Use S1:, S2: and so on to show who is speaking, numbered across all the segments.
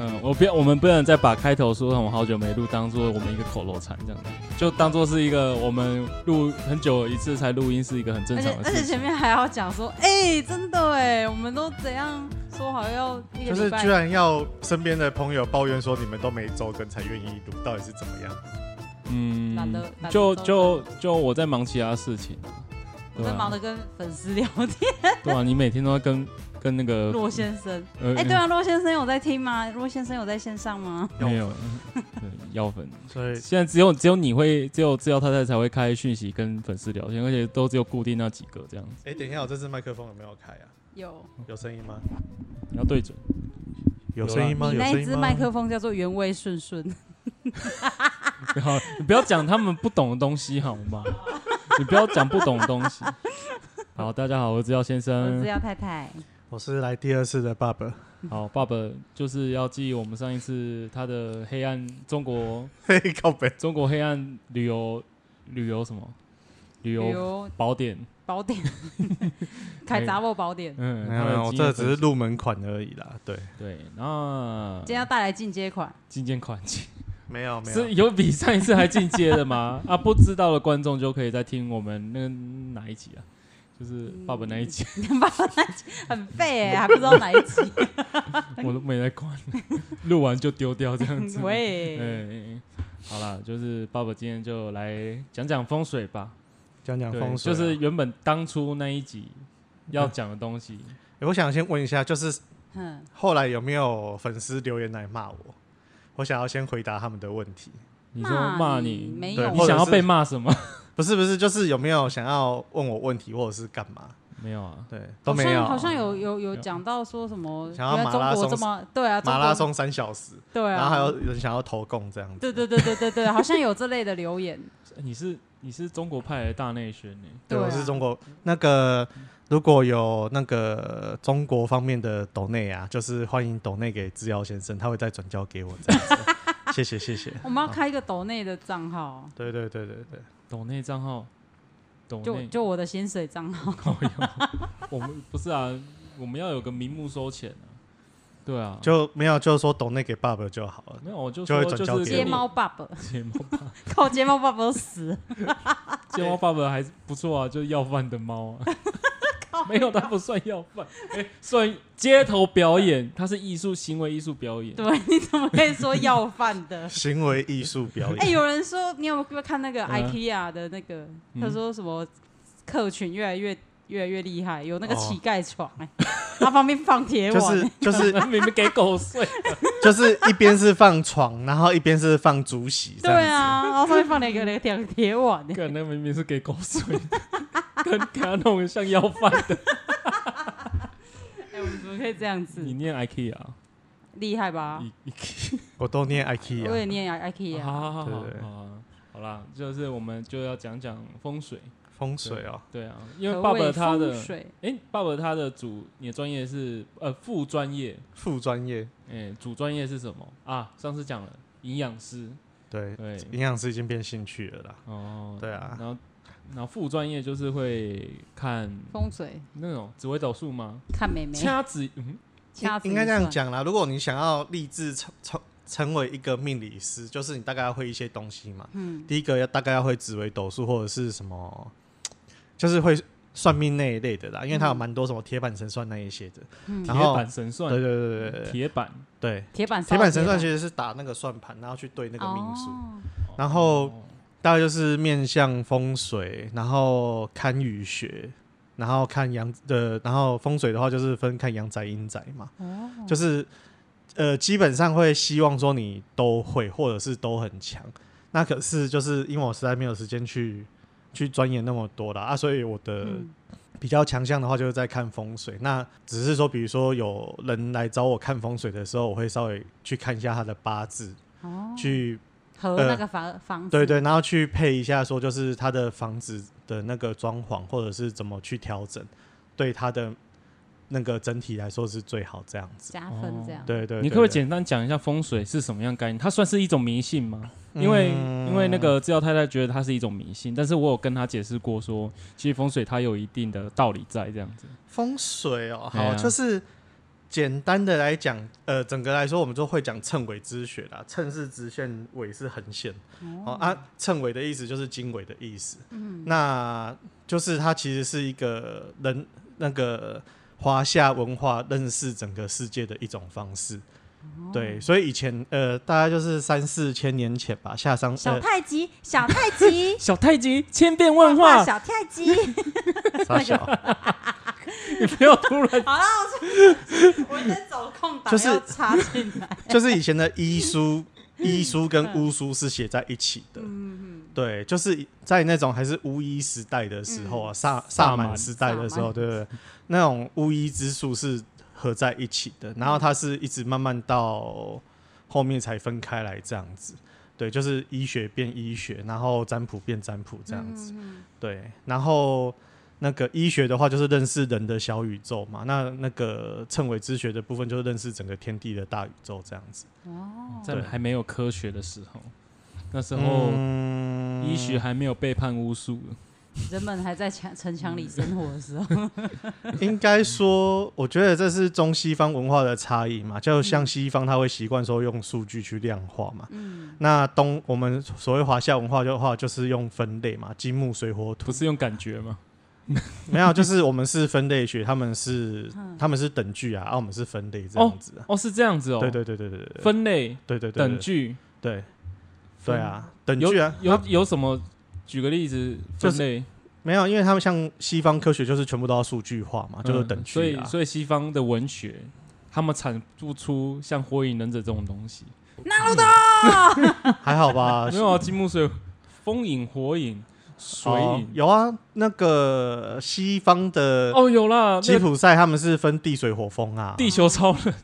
S1: 嗯我不要，我们不能再把开头说我们好久没录当做我们一个口头禅这样子，就当做是一个我们录很久一次才录音是一个很正
S2: 而且
S1: 常的
S2: 哎而
S1: 事
S2: 且
S1: 情
S2: 前。面还要讲说，哎、真的哎，我们都怎样说好要一个
S3: 就是
S2: 礼拜，
S3: 居然要身边的朋友抱怨说你们都没周更才愿意录，到底是怎么样？
S1: 嗯
S2: 懒得懒得
S1: 就
S2: 周
S1: 就啊就我在忙其他事情啊，
S2: 我
S1: 对
S2: 在忙
S1: 啊
S2: 着，跟粉丝聊天。
S1: 对啊，你每天都要跟跟那个
S2: 骆先生，
S1: 呃
S2: 哎、对啊，骆先生有在听吗？骆先生有在线上吗？
S1: 呃没 有，对药粉。
S3: 所以
S1: 现在只有只有你会，只有只有太太才会开讯息跟粉丝聊天，而且都只有固定那几个这样子，
S3: 哎、等一下，我这支麦克风有没有开啊？
S2: 有，
S3: 有声音吗？
S1: 你要对准。有
S3: 有
S1: 声
S3: 声
S1: 音
S3: 音
S1: 吗
S3: 吗？
S2: 你
S3: 有
S2: 那
S3: 声
S2: 一
S3: 音
S2: 只
S3: 吗？
S2: 麦克风叫做原味顺顺，
S1: 然后你不要讲他们不懂的东西好吗？你不要讲不懂的东 西。好，大家好，我是药先
S2: 我
S1: 生
S2: 是。要太太，
S3: 我是来第二次的爸爸。
S1: 好，爸爸就是要记我们上一次他的黑暗中国
S3: 嘿，靠北。
S1: 中国黑暗旅游旅游什么旅
S2: 旅
S1: 游
S2: 游
S1: 宝典，
S2: 哎 宝典，凯杂货宝典。
S1: 嗯，
S3: 没
S1: 他
S3: 有
S1: 的
S3: 没有，我
S1: 经验
S3: 这只是
S1: 分享
S3: 入门款而已啦。对，
S1: 对。那
S2: 今天要带来进阶款，
S1: 今天款
S3: 没有没
S1: 是
S3: 有，
S1: 有比上一次还进阶的吗？ 啊，不知道的观众就可以再听我们那个哪一集啊，就是爸爸那一集，
S2: 爸爸那集很废哎、还不知道 哪一集。
S1: 我都没在管， 录完就丢掉这样 子。哎、
S2: 喂，
S1: 好啦，就是爸爸今天就来讲讲风水吧。
S3: 讲讲
S1: 对，
S3: 风水
S1: 就
S3: 啊。
S1: 是原本当初那一集要讲的东 西，
S3: 诶我想先问一下，就是
S2: 嗯，
S3: 后来有没有粉丝留言来骂我？我想要先回答他们的问题。
S1: 你说骂
S2: 你
S1: 你，呃
S2: 没
S3: 对
S2: 有啊
S1: 你
S3: 或者
S1: 想要
S3: 是
S1: 被骂什么？
S3: 不是不是，就是有没有想要问我问题或者是干嘛？
S1: 没有啊，
S3: 对，都
S2: 好
S3: 没
S2: 像
S3: 有。
S2: 好像有有有讲到说什么，
S3: 想要
S2: 原来
S3: 马拉
S2: 中国
S3: 松
S2: 这么对啊，中
S3: 马
S2: 国
S3: 拉松三小时，
S2: 对啊，
S3: 然后还有人想要投共这样子。
S2: 对啊对对对对 对，好像有这类的留言，
S1: 哎你是你是中国派来的大内宣呢、
S2: 对啊
S3: 我是中国那个，如果有那个中国方面的抖内啊，就是欢迎抖内给制药先生，他会再转交给我这 样子。谢谢谢谢。
S2: 我们要开一个抖内的账号，
S3: 对对对对对，
S2: 嗯
S1: 抖内账号，抖
S2: 就
S1: 内
S2: 就我的薪水账号，
S1: 我们不是啊，我们要有个名目收钱啊。对啊，
S3: 就没有就是说抖内给爸爸就好了。
S1: 没有我就
S3: 就
S1: 说
S3: 会
S1: 就
S3: 转交
S1: 是
S3: 给
S2: 睫
S3: 我？
S2: 毛爸 爸，
S1: 睫毛
S2: 靠睫毛爸爸都死了，
S1: 睫毛爸爸还是不错啊，就是要饭的猫 啊。没有，它不算要饭，哎、算街头表演，它是艺术行为艺术表演。
S2: 对，啊你怎么可以说要饭的
S3: 行为艺术表
S2: 哎，
S3: 演，
S2: 有人说你有没有看那个
S1: 嗯
S2: IKEA 的那个，
S3: 嗯
S2: 他说什么客群越来越。越来越厉害，有那个
S3: 哦
S2: 乞丐床哎、他旁边放铁
S3: 就
S2: 网、
S3: 是 就是
S1: 那明明给狗睡，
S3: 就是一边是放床，然后一边是放竹席这
S2: 对
S3: 样子。
S2: 啊，然后上面放了一个两两铁碗哎
S1: 看那明明是给狗睡 的，跟给它弄得像要饭的。
S2: 哎，我们怎么可以这样
S1: 你
S2: 子？
S1: 念 IKEA，啊
S2: 厉害吧？
S1: 一
S3: 我都念啊
S2: 我
S3: IKEA
S2: 也念啊 I- 啊 IKEA，
S1: 啊好好好好
S3: 对对对
S1: 好啊，好啦，就是我们就要讲讲风水。
S3: 风水哦，
S1: 对啊，因为
S2: 何
S1: 爸爸
S2: 谓
S1: 他
S2: 风
S1: 的
S2: 水
S1: 哎、爸爸他的主，你的专业是呃副专业，
S3: 副专业
S1: 哎、主专业是什么啊？上次讲了营养师，
S3: 对
S1: 对，
S3: 营养师已经变兴趣了啦。
S1: 哦，
S3: 对啊，
S1: 然后然后副专业就是会看
S2: 风水
S1: 那种紫微斗数吗？
S2: 看美眉，
S1: 掐指，嗯，
S2: 掐指
S3: 应该这样
S2: 一算，
S3: 讲啦。如果你想要立志成成成为一个命理师，就是你大概要会一些东西嘛。
S2: 嗯，
S3: 第一个要大概要会紫微斗数或者是什么，就是会算命那一类的啦，因为它有蛮多什么铁板神算那一些的。
S2: 嗯
S1: 铁
S3: 然后
S1: 板神
S3: 对
S1: 算，
S3: 对对对对对
S1: 铁板
S3: 对，
S2: 铁板烧
S3: 铁板神算其实是打那个算盘，然后去对
S2: 那
S3: 那个命数。
S2: 哦
S3: 然后
S1: 哦
S3: 大概就是面向风水，然后看雨学，然后看阳呃，然后风水的话就是分看阳宅阴宅嘛，
S2: 哦
S3: 就是呃基本上会希望说你都会或者是都很强。那可是就是因为我实在没有时间去去钻研那么多啦，啊，所以我的
S2: 嗯
S3: 比较强项的话就是在看风水。那只是说，比如说有人来找我看风水的时候，我会稍微去看一下他的八字，
S2: 哦，
S3: 去
S2: 和
S3: 呃
S2: 那个房房子
S3: 对对，然后去配一下，说就是他的房子的那个装潢，或者是怎么去调整，对他的那个整体来说是最好这样子。
S2: 加分这样，
S3: 哦对对
S1: 你可不可以？简单讲一下风水是什么样概念？它算是一种迷信吗？因为、
S3: 嗯
S1: 因为那个制药太太觉得它是一种迷信，但是我有跟她解释过说，其实风水它有一定的道理在这样子。
S3: 风水哦，
S1: 对
S3: 好，
S1: 啊
S3: 就是简单的来讲，呃，整个来说，我们就会讲称纬之学啦。称是直线，纬是横线。哦啊，称纬的意思就是经纬的意思。嗯，那就是它其实是一个人那个华夏文化认识整个世界的一种方式。对，所以以前呃，大概就是三四千年前吧，夏商
S4: 小
S3: 呃
S4: 太极，小太极，
S1: 小太极千变万化，
S4: 小太 极。
S3: 傻小，
S1: 你不要突然
S2: 好了，我我在走空档，
S3: 就是
S2: 要插进来。
S3: 就是以前的医书、医书跟巫书是写在一起的。对，就是在那种还是巫医时代的时候啊，萨萨
S1: 萨满
S3: 满时代的时
S2: 萨
S3: 候，
S2: 满
S3: 对不对？那种巫医之术是合在一起的，然后它是一直慢慢到后面才分开来这样子。对，就是医学变医学，然后占卜变占卜这样子。对，然后那个医学的话，就是认识人的小宇宙嘛。那那个称谓之学的部分，就是认识整个天地的大宇宙这样子。
S1: 在
S3: 对
S1: 还没有科学的时候，那时候
S3: 嗯
S1: 医学还没有背叛巫术，
S2: 人们还在墙城墙里生活的时 候，
S3: 应该说，我觉得这是中西方文化的差异
S1: 嗯
S3: 嘛。就像西方，他会习惯说用数据去量化嘛。
S1: 嗯
S3: 那东我们所谓华夏文化的话，就是用分类嘛，金木水火 土
S1: 不。是用感觉吗？
S3: 没有，就是我们是分类学，他们是他们是等距啊，啊我们是分类这样子啊。
S1: 嗯哦，是这样子哦，
S3: 对对对对对对，
S1: 分类
S3: 对对对
S1: 等
S3: 距
S1: 距，
S3: 对对啊，等
S1: 有
S3: 距啊，
S1: 有有什么？举个例子，
S3: 就
S1: 分
S3: 是
S1: 类
S3: 没有，因为他们像西方科学就是全部都要数据化嘛，就是等
S1: 嗯所
S3: 距
S1: 以
S3: 啊。
S1: 所以西方的文学，他们产不出像《火影忍者》这种东西，
S3: 还好吧
S1: 没？有啊，金木水风影、火影、水
S3: 哦
S1: 影，
S3: 有啊，那个西方的
S1: 哦，有啦，
S3: 吉
S1: 那个
S3: 普赛他们是分地水火风啊，
S1: 地球超人，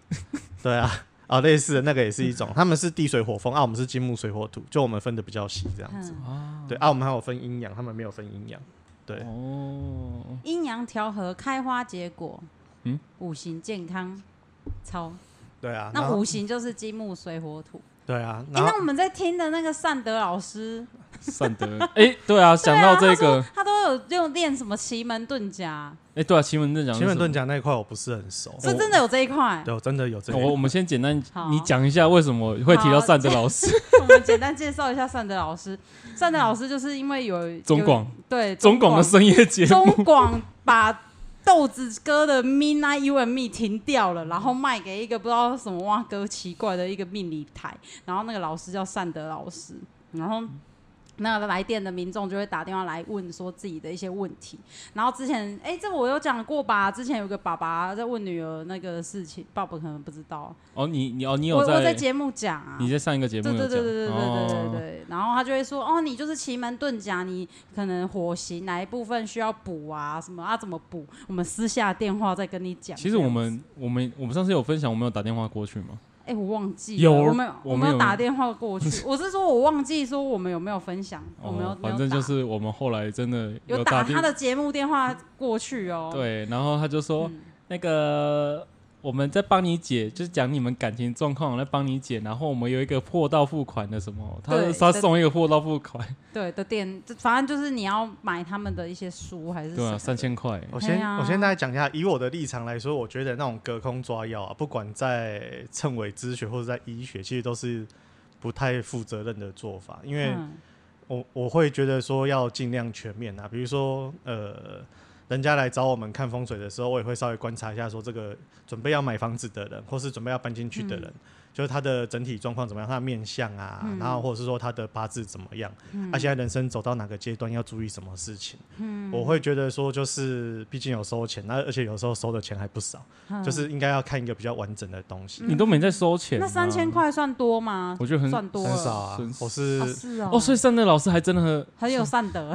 S3: 对啊，啊类似的那个也是一种，他们是地水火风啊，我们是金木水火土，就我们分的比较细这样子。
S2: 嗯
S3: 对啊，我们还有分阴阳，他们没有分阴阳。对，
S1: 哦，
S2: 阴阳调和，开花结果，
S1: 嗯
S2: 五行健康，超。
S3: 对啊，然
S2: 那
S3: 后
S2: 五行就是金木水火土。
S3: 对啊，
S2: 哎、
S3: 然后
S2: 那我们在听的那个善德老师，
S1: 善德， 哎，对啊，想到这个，
S2: 他都有用练什么奇门遁甲，
S1: 哎，对啊，奇门遁甲，
S3: 奇门遁甲那一块我不是很熟，
S1: 哦
S2: 是真的有这一块。
S3: 对，我真的有这
S1: 我哦我
S3: 个。
S1: 们先简单
S2: 好，
S1: 你讲一下为什么会提到善德老 师？
S2: 我们简单介绍一下善德老师。善德老师就是因为有
S1: 中
S2: 有
S1: 广
S2: 对
S1: 中广的深夜节目，
S2: 中广把豆子哥的《Midnight You and Me》停掉了，然后卖给一个不知道什么哇哥奇怪的一个命理台，然后那个老师叫善德老师，然后。那个来电的民众就会打电话来问说自己的一些问题，然后之前哎、这我有讲过吧？之前有个爸爸在问女儿那个事情，爸爸可能不知道，
S1: 哦，你你哦，你
S2: 我
S1: 有
S2: 我在节目讲啊，
S1: 你在上一个节目
S2: 对
S1: 有
S2: 对
S1: 讲，
S2: 对对对对对对
S1: 哦
S2: 对。然后他就会说，哦，你就是奇门遁甲，你可能火行哪一部分需要补啊，什么啊怎么补，我们私下电话再跟你讲。
S1: 其实我们我们我们上次有分享，我们有打电话过去吗？
S2: 这样子，哎，我忘记了
S1: 有
S2: 我们
S1: 我
S2: 我
S1: 们
S2: 们
S1: 有
S2: 有打电话过去，我是说我忘记说我们有没有分享，我们有
S1: 哦，反正
S2: 没有
S1: 就
S2: 打
S1: 是我们后来真的
S2: 有
S1: 打
S2: 打
S1: 电
S2: 他的节目电话过去哦。，
S1: 对，然后他就说、
S2: 嗯
S1: 那个我们在帮你解，就是讲你们感情状况，我在帮你解。然后我们有一个货到付款的什么，他
S2: 对
S1: 他
S2: 对
S1: 送一个货到付款，
S2: 对的店，就反正就是你要买他们的一些书还是什
S1: 对啊，
S2: 么。
S1: 三千块。
S3: 我先
S2: 哎呀
S3: 我先大概讲一下，以我的立场来说，我觉得那种隔空抓药啊，不管在称纬之学或者在医学，其实都是不太负责任的做法，因为。
S2: 嗯
S3: 我我会觉得说要尽量全面啊，比如说呃，人家来找我们看风水的时候，我也会稍微观察一下，说这个准备要买房子的人，或是准备要搬进去的人，就是他的整体状况怎么样，他的面相啊，然后或者是说他的八字怎么样，他、现在人生走到哪个阶段要注意什么事情，我会觉得说就是毕竟有收钱，那而且有时候收的钱还不少，就是应该要看一个比较完整的东西，
S1: 你都没在收钱、
S2: 嗯那三千，块算多吗？
S1: 我觉得很
S2: 算多
S3: 很少
S2: 了，
S3: 啊
S1: 损，失
S3: 我是
S2: 啊是哦，
S1: 哦，所以善的老师还真的很
S2: 很有善德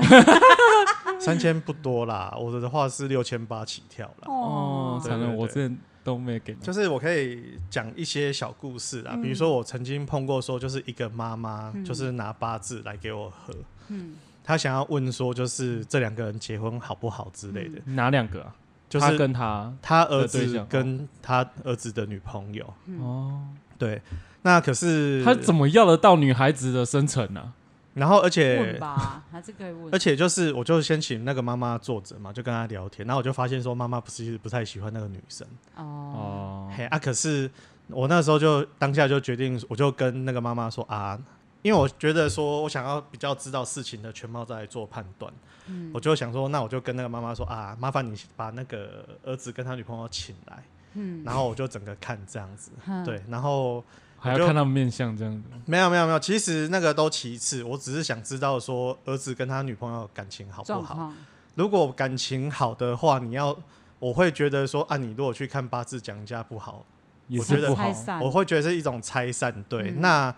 S3: 三千不多啦，我的话是六千八起跳啦。
S1: 哦，
S3: 对
S1: 惨了，
S3: 对
S1: 我
S3: 对
S1: 之前都没给你。
S3: 就是我可以讲一些小故事啊，比如
S2: 嗯
S3: 说我曾经碰过说，就是一个妈妈，就是拿八字来给我喝，
S2: 嗯
S3: 她想要问说，就是这两个人结婚好不好之类
S2: 嗯
S3: 的，
S1: 哪两个啊？
S3: 就
S1: 他
S3: 是
S1: 跟他
S3: 她儿
S1: 的对象
S3: 子
S1: 哦
S3: 跟她儿子的女朋友，
S2: 嗯
S1: 哦，
S3: 对，那可是
S1: 他怎
S3: 么
S1: 么要得到女孩子的生辰呢、
S3: 然后而
S2: 问
S3: 且
S2: 吧，还是可以问
S3: 而。且就是，我就先请那个妈妈坐着嘛，就跟她聊天，然后我就发现说，妈妈不是其实不太喜欢那个女生，
S2: 哦，
S1: 哦，
S3: 嘿啊，可是我那时候就当下就决定，我就跟那个妈妈说啊，因为我觉得说我想要比较知道事情的全貌再来做判断，
S2: 嗯
S3: 我就想说，那我就跟那个妈妈说啊，麻烦你把那个儿子跟他女朋友请来，
S2: 嗯，
S3: 然后我就整个看这样子，
S2: 嗯
S3: 对，然后
S1: 还要看他们面相这样子。
S3: 没有没有没有，其实那个都其次，我只是想知道说儿子跟他女朋友感情好不
S2: 状
S3: 好。
S2: 况
S3: 如果感情好的话，你要我会觉得说啊，你如果去看八字讲人家不好，哦
S1: 也
S3: 我
S1: 是
S3: 觉得
S1: 不好
S2: 拆，散
S3: 我会觉得是一种拆散。对，
S2: 嗯
S3: 那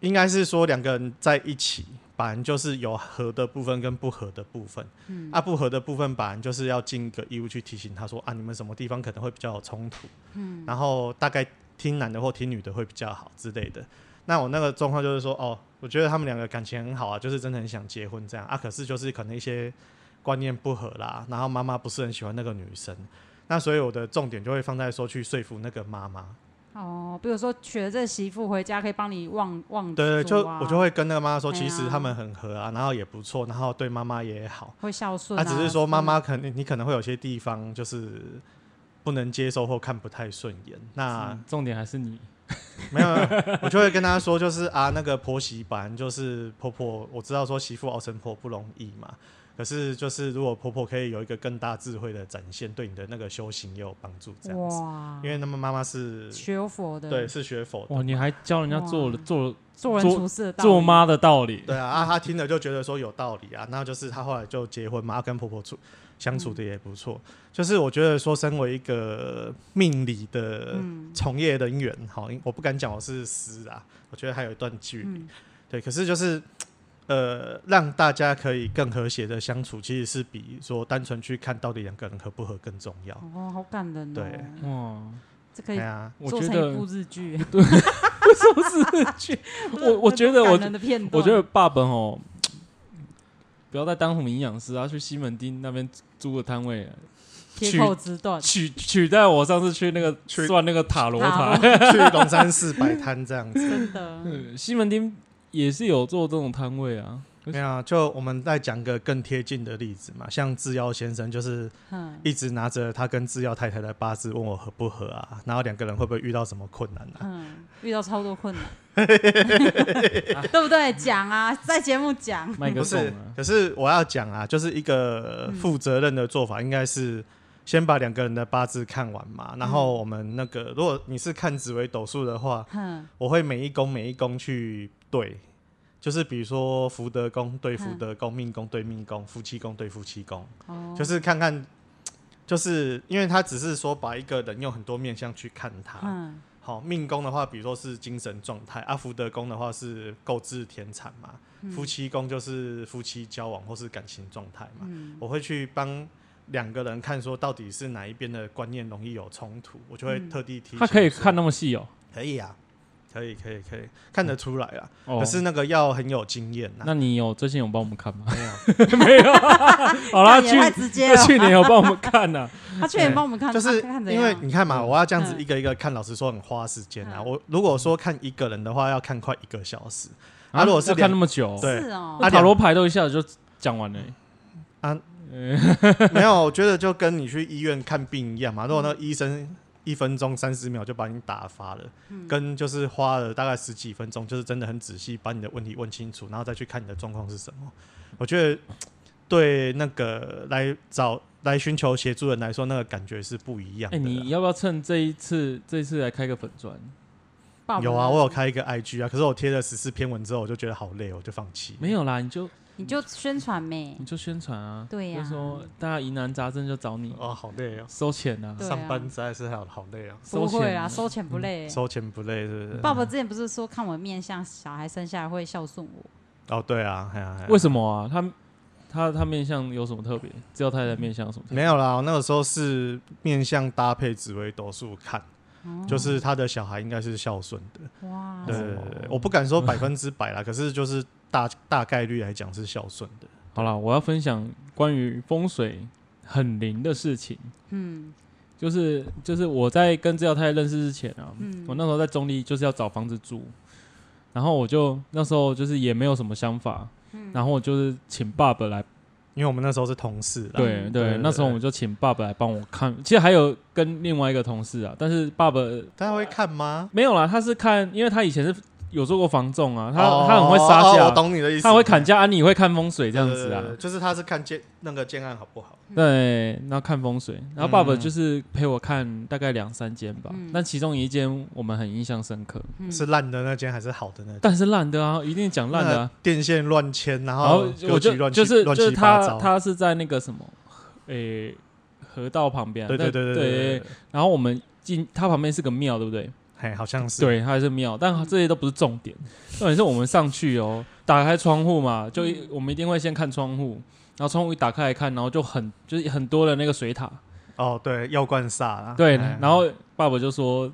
S3: 应该是说两个人在一起，本来就是有合的部分跟不合的部分。
S2: 嗯
S3: 啊，不合的部分本来就是要尽一个义务去提醒他说啊，你们什么地方可能会比较有冲突，
S2: 嗯
S3: 然后大概听男的或听女的会比较好之类的。那我那个状况就是说，哦，我觉得他们两个感情很好啊，就是真的很想结婚这样啊，可是就是可能一些观念不合啦，然后妈妈不是很喜欢那个女生，那所以我的重点就会放在说去说服那个妈妈，
S2: 哦，比如说娶了这媳妇回家可以帮你忘忘祖
S3: 对，就
S2: 啊
S3: 我就会跟那个妈妈说，
S2: 对
S3: 其实
S2: 啊
S3: 他们很合啊，然后也不错，然后对妈妈也好。
S2: 会孝顺
S3: 他、
S2: 啊。
S3: 只是说妈妈可能你可能会有些地方就是不能接受或看不太顺眼，那
S1: 嗯重点还是你
S3: 没有，没有我就会跟他说，就是 啊，那个婆媳版就是婆婆，我知道说媳妇熬成婆不容易嘛，可是就是如果婆婆可以有一个更大智慧的展现，对你的那是对你的那个修行也有帮助，这样子，
S2: 哇，
S3: 因为那么妈妈是
S2: 学佛的，
S3: 对是学佛的，
S1: 哇，哦你还教人家做了
S2: 哇
S1: 做
S2: 做人
S1: 做
S2: 处事的道理
S1: 做妈的道理，
S3: 对啊，啊，她听了就觉得说有道理啊，那就是她后来就结婚嘛，啊、跟婆婆处相处的也不错。就是我觉得说，身为一个命理的
S2: 嗯
S3: 从业人员，好、因我不敢讲我是师啊，我觉得还有一段距离。
S2: 嗯
S3: 对，可是就是呃，让大家可以更和谐的相处，其实是比说单纯去看到底两个人合不合更重要。
S2: 哦，好感人哦。
S3: 对
S1: 哇，
S2: 这可
S3: 对
S2: 以
S3: 啊，
S1: 我
S2: 做
S1: 觉
S2: 成
S1: 得
S2: 一部日剧。
S1: 不是 去，我我觉得我
S2: 感人的片段
S1: 我觉得爸本哦，不要再当什么营养师啊，去西门町那边租个摊位，啊
S2: 铁口直断，
S1: 取取代我上次去那个
S3: 去
S1: 算那个塔罗
S2: 塔
S1: 牌。
S3: 去龙山寺摆摊 这样子。
S2: 真 的。
S1: 嗯西门町也是有做这种摊位啊，
S3: 没有啊，就我们再讲个更贴近的例子嘛，像智妖先生就是
S2: 嗯，
S3: 一直拿着他跟制药太太的八字问我合不合啊，然后两个人会不会遇到什么困难啊？
S2: 嗯，遇到超多困 难，对不对？讲啊，在节目讲，
S1: 卖个
S3: 不
S1: 送
S3: 是嗯
S1: 啊，，
S3: 可是我要讲啊，就是一个负责任的做法，应该是先把两个人的八字看完嘛，然后我们那个，如果你是看紫微斗数的话，
S2: 哼，
S3: 我会每一宫每一宫去对。就是比如说福德宫对福德宫，命宫对命宫，夫妻宫对夫妻宫，
S2: 哦，
S3: 就是看看，就是因为他只是说把一个人用很多面相去看他，
S2: 嗯，
S3: 好，命宫的话，比如说是精神状态；阿福德宫的话是购置田产嘛，
S2: 嗯
S3: 夫妻宫就是夫妻交往或是感情状态嘛。
S2: 嗯，
S3: 我会去帮两个人看，说到底是哪一边的观念容易有冲突，我就会
S2: 嗯
S3: 特地提醒说、
S1: 他可以看那么细哦。
S3: 可以啊，可以，可以，可以看得出来啊。
S1: 哦
S3: 可是那个要很有经验呐、
S1: 那你有最近有帮我们看吗？
S3: 没有，
S1: 没有，好啦，
S2: 那也
S1: 去
S2: 太直接哦
S1: 那
S2: 了。
S1: 去年有帮我们看呐，
S2: 他去年帮我们看，
S3: 就是
S2: 看看怎
S3: 因为
S2: 样
S3: 你看嘛，我要这样子
S2: 嗯
S3: 一个一个看，老实说很花时间啊。
S2: 嗯
S3: 我如果说看一个人的话，要看快一个小时。啊
S1: 啊
S3: 如果是
S1: 要看那么久哦，
S3: 对
S2: 是哦，
S1: 那塔罗牌都一下子就讲完了欸。
S3: 啊
S1: 嗯，
S3: 没有，我觉得就跟你去医院看病一样嘛。如果那个医生一分钟三十秒就把你打发了，跟就是花了大概十几分钟，就是真的很仔细把你的问题问清楚，然后再去看你的状况是什么。我觉得对那个来找来寻求协助的人来说，那个感觉是不一样的
S1: 哎，
S3: 啦。
S1: 你要不要趁这一次这一次来开个粉砖？
S2: 爸爸
S3: 有啊，我有，开一个 IG 啊，可是我贴了十四篇文之后，我就觉得好累，我就放弃。
S1: 没有啦，你就
S2: 你就宣传呗
S1: 你，就宣传啊，
S4: 对呀
S1: 就说大家疑难杂症就找你，
S3: 哦，好累哦，
S1: 收钱啊，
S2: 对啊
S3: 上班实在是好好累哦，
S1: 收
S2: 不会
S1: 钱
S2: 啦，
S1: 啊，
S2: 收钱不累。
S3: 嗯收钱不累是不是？
S2: 爸爸之前不是说看我面相，小孩生下来会孝顺我，
S3: 哦，对啊，哎呀、嘿啊
S1: 为什么啊？他他他面相有什么特别？知道太太面相有什么特别？
S3: 没有啦，我那个时候是面向搭配紫微斗数看，就是他的小孩应该是孝顺的。
S2: 哇，
S3: 对
S1: 哦
S3: 对，对我不敢说百分之百啦，可是就是大大概率来讲是孝顺的。
S1: 好啦，我要分享关于风水很灵的事情，
S2: 嗯
S1: 就是就是我在跟这条太太认识之前啊，
S2: 嗯
S1: 我那时候在中立就是要找房子住，然后我就那时候就是也没有什么想法，
S2: 嗯
S1: 然后我就是请爸爸来，
S3: 因为我们那时候是同事啦。
S1: 对
S3: 对
S1: 对，那时候我们就请爸爸来帮我看，其实还有跟另外一个同事啊，但是爸爸
S3: 大家会看吗？
S1: 没有啦，他是看，因为他以前是有做过房仲啊，他
S3: 哦
S1: 他很会杀
S3: 哦
S1: 价
S3: 我，懂你的意思。
S1: 他会砍价，啊，你会看风水这
S3: 这
S1: 样子啊，
S3: 就是他是看建那个建案好不好？
S1: 对，然后看风水，然后爸爸
S3: 嗯
S1: 就是陪我看大概两三间吧，
S2: 嗯
S1: 但其中一间我们很印象深刻，
S2: 嗯
S3: 是烂的那间还是好的那间？
S1: 但是烂的啊，一定讲烂的、啊，
S3: 那电线乱牵，
S1: 然
S3: 然
S1: 后
S3: 后
S1: 我
S3: 格局
S1: 就
S3: 乱七
S1: 就是
S3: 乱
S1: 就是
S3: 七八
S1: 他
S3: 糟。
S1: 他是在那个什么，诶、河道旁边啊、
S3: 对对
S1: 但
S3: 对对，
S1: 然后我们进他旁边是个庙，对不对？
S3: 嘿，好像是。
S1: 对，它还是庙，但这些都不是重点，重点是我们上去哦，打开窗户嘛，就一我们一定会先看窗户，然后窗户一打开来看，然后就很就是很多的那个水塔，
S3: 哦，对，药罐煞啦。
S1: 对，
S3: 嘿
S1: 然后爸爸就说，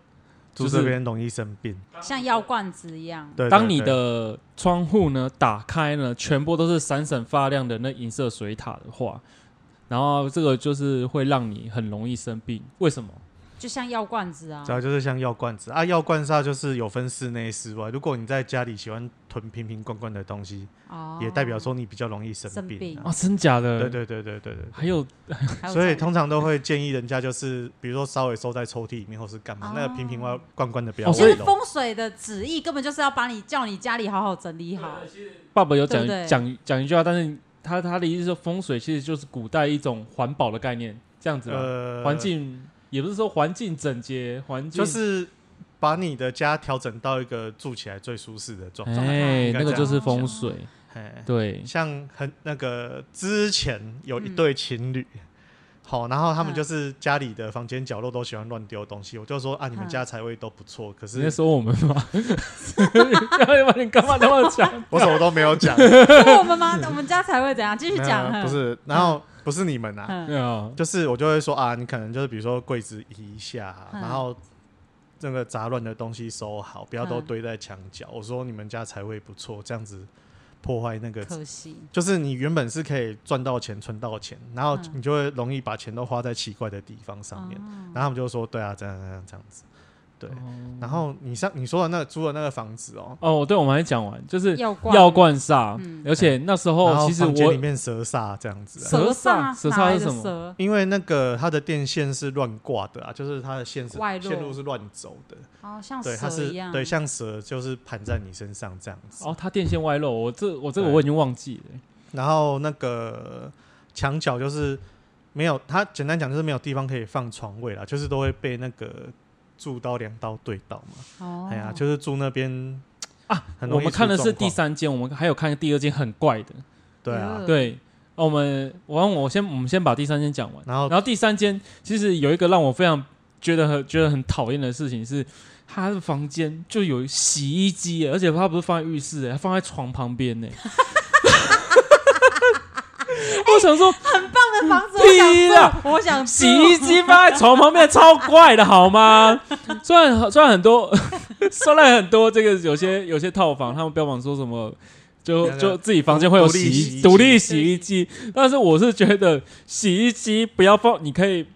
S3: 住
S1: 就是
S3: 这边容易生病。
S2: 像药罐子一样，
S3: 对，对
S1: 当你
S3: 对
S1: 的窗户呢打开呢，全部都是闪闪发亮的那银色水塔的话，然后这个就是会让你很容易生病。为什么？
S2: 就像药罐子啊
S3: 主，要就是像药罐子啊，药罐煞就是有分室内室外。如果你在家里喜欢囤瓶瓶罐罐的东西，
S2: 哦，
S3: 也代表说你比较容易生
S2: 生
S3: 病
S2: 病
S3: 啊、
S1: 啊，真假的？
S3: 对。对对对对对。
S1: 还有
S2: 还有
S3: 所以
S2: 这种
S3: 通常都会建议人家就是，比如说稍微收在抽屉里面，或是干嘛，
S2: 哦
S3: 那个瓶瓶外罐罐的不要
S1: 哦
S2: 就
S1: 所
S3: 外
S2: 是
S1: 以
S3: 露。
S2: 风水的旨意，根本就是要把你叫你家里好好整理 好，
S1: 爸爸有
S2: 对
S1: 讲
S2: 不对
S1: 讲讲一句话，但是他他的意思是说，风水其实就是古代一种环保的概念，这样子吧。
S3: 呃
S1: 环境也不是说环境整洁，环境
S3: 就是哎把你的家调整到一个住起来最舒适的状态。
S1: 哎，
S3: 应该
S1: 那个
S3: 这样
S1: 就是
S2: 讲
S1: 风水。
S3: 嘿
S1: 对，
S3: 像很那个之前有一对情侣，好、然后他们
S2: 嗯
S3: 就是家里的房间角落都喜欢乱丢东西，我就说啊，你们
S2: 嗯
S3: 家财位都不错，可
S1: 你在
S3: 是
S1: 说我们吗？ 要不然你干嘛那么讲？
S3: 我什么都没有 讲，
S2: 是我们吗？我们家才会怎样？继续
S3: 没有啊
S2: 讲，
S3: 不是，然后不是你们啊，
S2: 嗯，
S1: 对啊，
S3: 就是我就会说啊，你可能就是比如说柜子移一下啊，
S2: 嗯
S3: 然后那个杂乱的东西收好，不要都
S2: 嗯
S3: 堆在墙角。我说你们家财位不错，这样子破坏那个。
S2: 可惜，
S3: 就是你原本是可以赚到钱、存到钱，然后
S2: 嗯哦
S3: 你就会容易把钱都花在奇怪的地方上面。然后他们就说：“对啊，这样这样这样子。”对，
S2: 哦
S3: 然后你上你说的那个租的那个房子哦，
S1: 哦，对，我们还讲完，就是
S2: 药罐
S1: 药罐煞
S2: 嗯，
S1: 而且那时
S3: 然
S1: 候
S3: 后
S1: 哦其实
S3: 房间里
S1: 我
S3: 面蛇煞这样子啊、
S2: 蛇
S1: 蛇
S2: 上
S1: 煞蛇煞
S2: 哪来
S1: 是
S2: 的
S1: 什么
S2: 蛇？
S3: 因为那个它的电线是乱挂的啊，就是它的线是
S2: 外露
S3: 线路是乱走的，
S2: 哦，像
S3: 对，它
S2: 蛇
S3: 是
S2: 一样，
S3: 对像蛇就是盘在你身上这样子。
S1: 哦，它电线外露，我这我这个我已经忘记了。
S3: 然后那个墙角就是没有，它简单讲就是没有地方可以放床位啦，就是都会被那个柱刀、梁刀对到嘛。
S2: 哦，
S3: 哎呀，就是住那边
S1: 啊
S3: 很容
S1: 我
S3: 易
S1: 们看的
S3: 出
S1: 是
S3: 状况
S1: 第三间，我们还有看第二间很怪的。
S3: 对啊，
S2: 呃
S1: 对，哦我们我我先我们先把第三间讲完，
S3: 然后
S1: 然后第三间其实有一个让我非常觉得很觉得很讨厌的事情是，他的房间就有洗衣机耶，而且他不是放在浴室耶，他放在床旁边呢。 我想说，
S2: 这房 子
S1: 屁
S2: 我想
S1: 啦
S2: 住，我想住
S1: 洗衣机放在床旁边超怪的好吗？ 虽然虽然很多，虽然很多这个有些有些套房，他们标榜说什么。就
S3: 那个
S1: 就自己房间会有洗衣
S3: 独
S1: 独
S3: 立
S1: 立洗衣机，但是我是觉得洗衣机不要放，你可以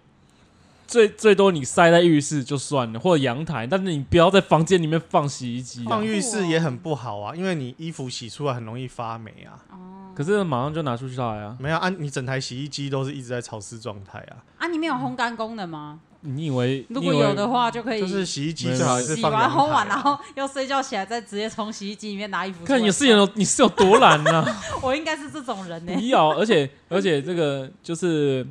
S1: 最最多你塞在浴室就算了，或者阳台，但是你不要在房间里面放洗衣机、啊
S3: 放。浴室也很不好啊，因为你衣服洗出来很容易发霉啊。
S1: 可是马上就拿出去晒啊！
S3: 没有啊，你整台洗衣机都是一直在潮湿状态啊，
S2: 啊，你们有烘干功能吗？
S1: 你以为
S2: 如
S1: 你
S2: 果
S1: 以为
S2: 有的话，就可以
S3: 就是洗衣机
S1: 没有
S3: 最好还是
S2: 洗
S3: 放
S2: 完
S3: 阳
S2: 烘完，
S3: 台啊
S2: 然后又睡觉起来，再直接从洗衣机里面拿衣服出来。
S1: 看你是有你是有多懒啊！
S2: 我应该是这种人呢
S1: 不。要，而且而且这个就是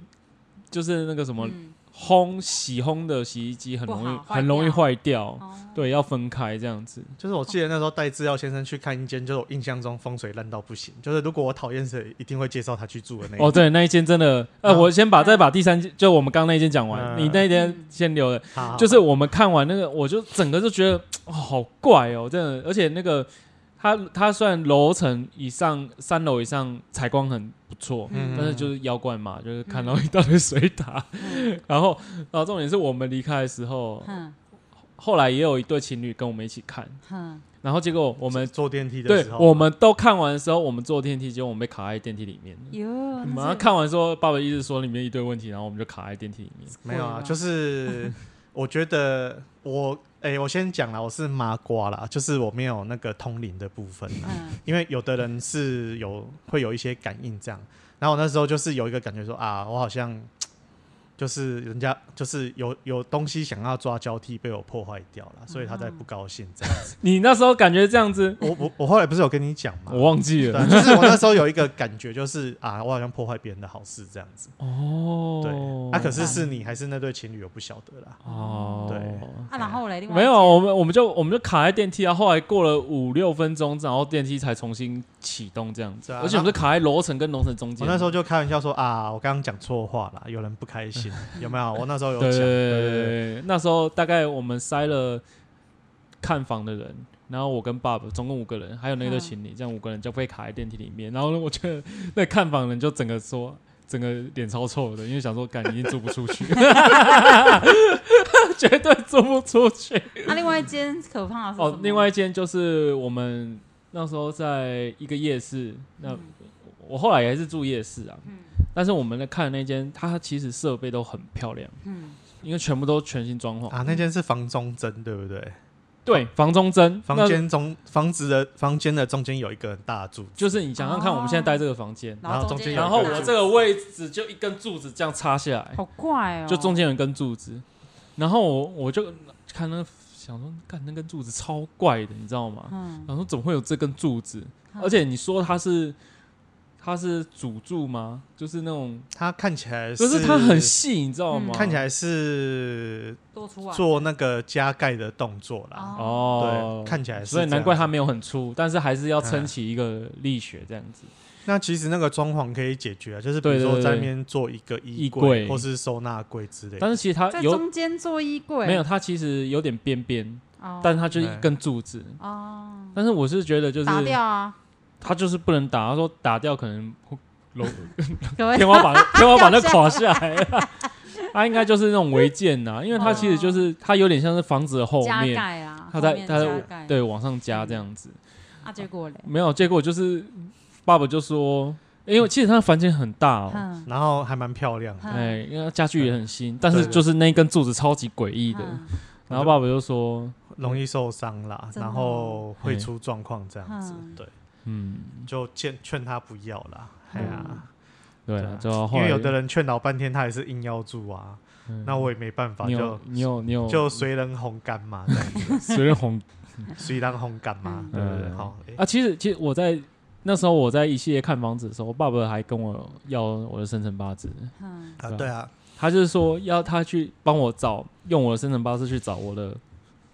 S1: 就是那个什么
S2: 嗯，
S1: 烘洗烘的洗衣机很容易
S2: 不好
S1: 很容易
S2: 坏
S1: 坏掉，
S2: 哦
S1: 对，要分开这样子。
S3: 就是我记得那时候带制药先生去看一间，就是我印象中风水烂到不行，就是如果我讨厌谁，一定会介绍他去住的那一
S1: 哦，对，那一间真的，呃，
S3: 嗯
S1: 我先把再把第三间，就我们刚刚那一间讲完，
S3: 嗯
S1: 你那一间先留了。
S3: 好
S1: 就是我们看完那个，我就整个就觉得哦，好怪哦，真的，而且那个。它它虽然楼层以上、三楼以上采光很不错，
S3: 嗯
S1: 但是就是妖怪嘛，就是看到一大堆水塔， 然后然后重点是我们离开的时候，
S2: 嗯哼
S1: 后来也有一对情侣跟我们一起看，
S2: 哼，
S1: 然后结果我
S3: 我
S1: 们
S3: 坐电梯的
S1: 对
S3: 时候，
S1: 我们都看完的时候，我们坐电梯，结果我们被卡在电梯里面了。
S2: 哟，
S1: 我
S2: 那
S1: 们要
S2: 是
S1: 看完说，爸爸一直说里面一堆问题，然后我们就卡在电梯里面。
S3: 没有啊，
S2: 鬼吗
S3: 就是我觉得我哎、我先讲啦，我是麻瓜啦，就是我没有那个通灵的 部分啦，
S2: 嗯，
S3: 因为有的人是有会有一些感应这样。然后我那时候就是有一个感觉说啊，我好像就是人家就是有有东西想要抓交替被我破坏掉了，所以他在不高兴这样子。
S1: 你那时候感觉这样子，
S3: 我我我后来不是有跟你讲吗？
S1: 我忘记了
S3: 对，啊就是我那时候有一个感觉，就是啊，我好像破坏别人的好事这样子。
S1: 哦。
S3: 对，啊，可是
S2: 明白
S3: 是你还是那对情侣，我不晓得啦。
S1: 哦，
S3: 对
S2: 啊，然后嘞，另外
S1: 没有，
S2: 一
S1: 我们我们就我们就卡在电梯啊，后来过了五六分钟，然后电梯才重新启动这样子，
S3: 对啊
S1: 而且我们就卡在楼层跟楼层中间。
S3: 我那时候就开玩笑说啊，我刚刚讲错话啦，有人不开 心，有没有？我那时候有
S1: 对
S3: 讲，
S1: 对
S3: 对
S1: 对
S3: 对对对，
S1: 对对，那时候大概我们塞了看房的人，然后我跟爸爸总共五个人，还有那对
S2: 嗯
S1: 情侣，这样五个人就被卡在电梯里面。然后呢，我觉得那看房人就整个说。 整个脸超臭的，因为想说，感已经租不出 去， 绝对租不出去。
S2: 间啊，另外一间可怕的啊是什
S1: 哦
S2: 么，
S1: 另外一间就是我们那时候在一个夜市，那
S2: 嗯
S1: 我后来也是住夜市啊，
S2: 嗯
S1: 但是我们看的那间，它其实设备都很漂亮，
S2: 嗯，
S1: 因为全部都全新装潢。
S3: 啊，那间是房中针，对不对？
S1: 对，房中针，
S3: 房间中房子的房间的中间有一个很大的柱
S1: 那
S3: 子，
S1: 就是你想想看，
S2: 哦
S1: 我们现在待这个房间，
S3: 然后中间
S2: 间有
S1: 然
S2: 一
S1: 后
S2: 个
S1: 我这个位置就一根柱子这样插下来，
S2: 好怪哦，
S1: 就中间有一根柱子，然后我我就看那个想说，干那根柱子超怪的，你知道吗？
S2: 嗯，
S1: 然后怎么会有这根柱子？
S2: 嗯
S1: 而且你说它是它是主柱吗？就是那种，
S3: 它看起来
S1: 就是它很细，你知道吗？
S2: 嗯
S3: 看起来是
S2: 多出啊来
S3: 做那个加盖的动作啦，
S1: 哦，
S3: 对，看起来是这
S1: 所以
S3: 样。
S1: 难怪它没有很粗，但是还是要撑起一个力学这样子。
S3: 那其实那个装潢可以解决啊，就是比
S1: 对
S3: 如
S1: 对
S3: 说
S1: 对
S3: 在那边做一个衣
S1: 衣柜
S3: 或是收纳柜之类的。
S1: 但是其实它
S2: 在
S1: 有
S2: 中间做衣柜，
S1: 没有，它其实有点边边，
S2: 哦，
S1: 但是它就是一根柱子。
S2: 哦，
S1: 但是我是觉得就是
S2: 打掉啊，
S1: 它就是不能打，他说打掉可能会楼
S2: 各 位
S1: 天花板天花板都垮下来了。 它应该就是那种违建呐、因为它其实就是它有点像是房子的后
S2: 加
S1: 面，
S2: 盖啦，
S1: 他
S2: 后
S1: 在
S2: 面
S1: 他
S2: 加
S1: 在
S2: 盖，
S1: 对往上加这样子，
S2: 啊，结果嘞，
S1: 没有结果就是爸爸就说，因为其实他的房间很大哦，
S2: 嗯，
S3: 然后还蛮漂亮的，
S2: 嗯
S1: 哎，因为他家具也很新，但是
S3: 对
S1: 就是那一根柱子超级诡异的，
S2: 嗯
S1: 然后爸爸就说，
S3: 容易受伤啦，
S2: 真的哦
S3: 然后会出状况这样子
S2: 嗯，
S3: 对，
S1: 嗯，
S3: 就劝劝他不要啦。哎呀，
S1: 对
S3: 对
S1: 啊
S3: 啊，
S1: 就后
S3: 因
S1: 来
S3: 为有的人劝老半天，他也是硬要住啊，
S1: 嗯
S3: 那我也没办法，
S1: 你
S3: 就
S1: 有哦你有你有
S3: 就随人烘干嘛，这样
S1: 随人红
S3: 随人烘干嘛，对不对？
S1: 嗯
S3: 好，哎
S1: 啊，其实其实我在。那时候我在一系列看房子的时候，爸爸还跟我要我的生辰八字，
S2: 嗯
S3: 啊，对啊，
S1: 他就是说要他去帮我找，用我的生辰八字去找我的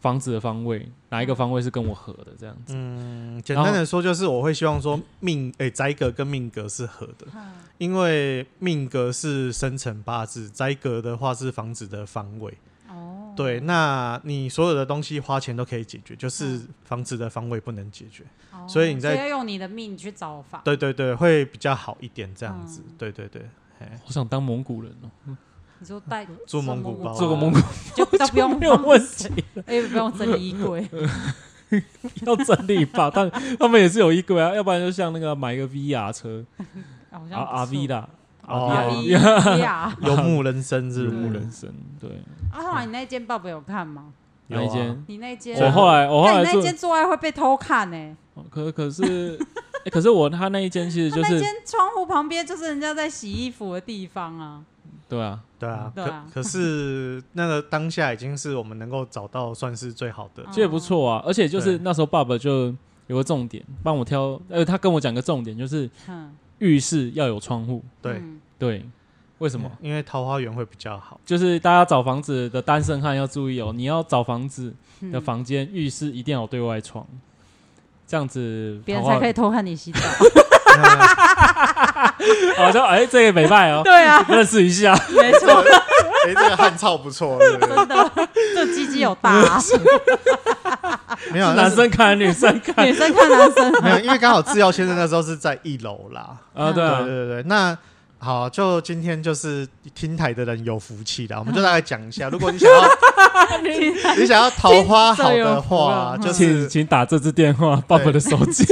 S1: 房子的方位，哪一个方位是跟我合的这样子。
S3: 嗯，简单的说就是我会希望说命诶宅格跟命格是合的，
S2: 嗯
S3: 因为命格是生辰八字，宅格的话是房子的方位。
S2: 哦，
S3: 对，那你所有的东西花钱都可以解决，就是
S2: 嗯
S3: 房子的方位不能解决。
S2: 哦，
S3: 所以你在
S2: 要用你的命去找法，
S3: 对对对，会比较好一点这样子。
S2: 嗯
S3: 对对对，嘿
S1: 我想当蒙古人哦，
S2: 你说带
S3: 做蒙古包啊
S1: 做个蒙古
S2: 就都不用
S1: 没有问题，
S2: 放， 哎，不用整理衣 柜，
S1: 要整理吧？但他们也是有衣柜啊，要不然就像那个买一个 VR 车，
S2: 好
S1: 啊
S2: 像
S1: 阿 V
S2: 的
S1: 啦，
S3: 哦
S2: 阿
S1: 阿 V 啊
S2: 比啊，
S3: 游牧人生是
S1: 日
S3: 不
S1: 暮
S3: 是？
S1: 人生，对，
S2: 啊，后来你那间爸爸有看吗？
S3: 有
S1: 那一
S3: 啊
S1: 间？
S2: 你那间，
S1: 嗯我后来我后
S2: 但
S1: 来
S2: 你那间
S1: 是，
S2: 做爱会被偷看欸呢，
S1: 哦可可是 欸可是我他那一间其实就
S2: 他那
S1: 是
S2: 间窗户旁边就是人家在洗衣服的地方啊，
S1: 对啊，
S3: 对啊，
S2: 对啊
S3: 可可是那个当下已经是我们能够找到算是最好的。
S2: 嗯
S1: 其实也不错啊，而且就是
S3: 对
S1: 那时候爸爸就有个重点，帮我挑，呃，他跟我讲个重点，就是
S2: 嗯，
S1: 浴室要有窗户，
S3: 对，
S2: 嗯
S1: 对，为什么？
S3: 因为桃花源会比较好。
S1: 就是大家找房子的单身汉要注意哦，你要找房子
S2: 嗯
S1: 的房间、浴室一定要有对外窗，这样子
S2: 别人才可
S1: 以。
S2: 以偷看你洗澡，
S1: 好像哎，这个礼拜哦，
S2: 对啊，
S1: 认识一 下。
S2: 没错，
S3: 哎、这个汉操不错，对不对
S2: 真的，这鸡鸡有大 啊，
S3: 没有啊
S1: 男。生看女生看
S2: 女生看男生
S3: 但是没有，因为刚好制药先生那时候是在一楼啦。
S1: 啊，
S2: 嗯
S1: 对
S3: 对
S1: 啊，
S3: 对对，那好，就今天就是听台的人有福气啦，我们就大概讲一下，如果你想要你想要桃花好的话，
S2: 听
S3: 就
S1: 请
S3: 是
S1: 请打这支电话，爸爸的手机。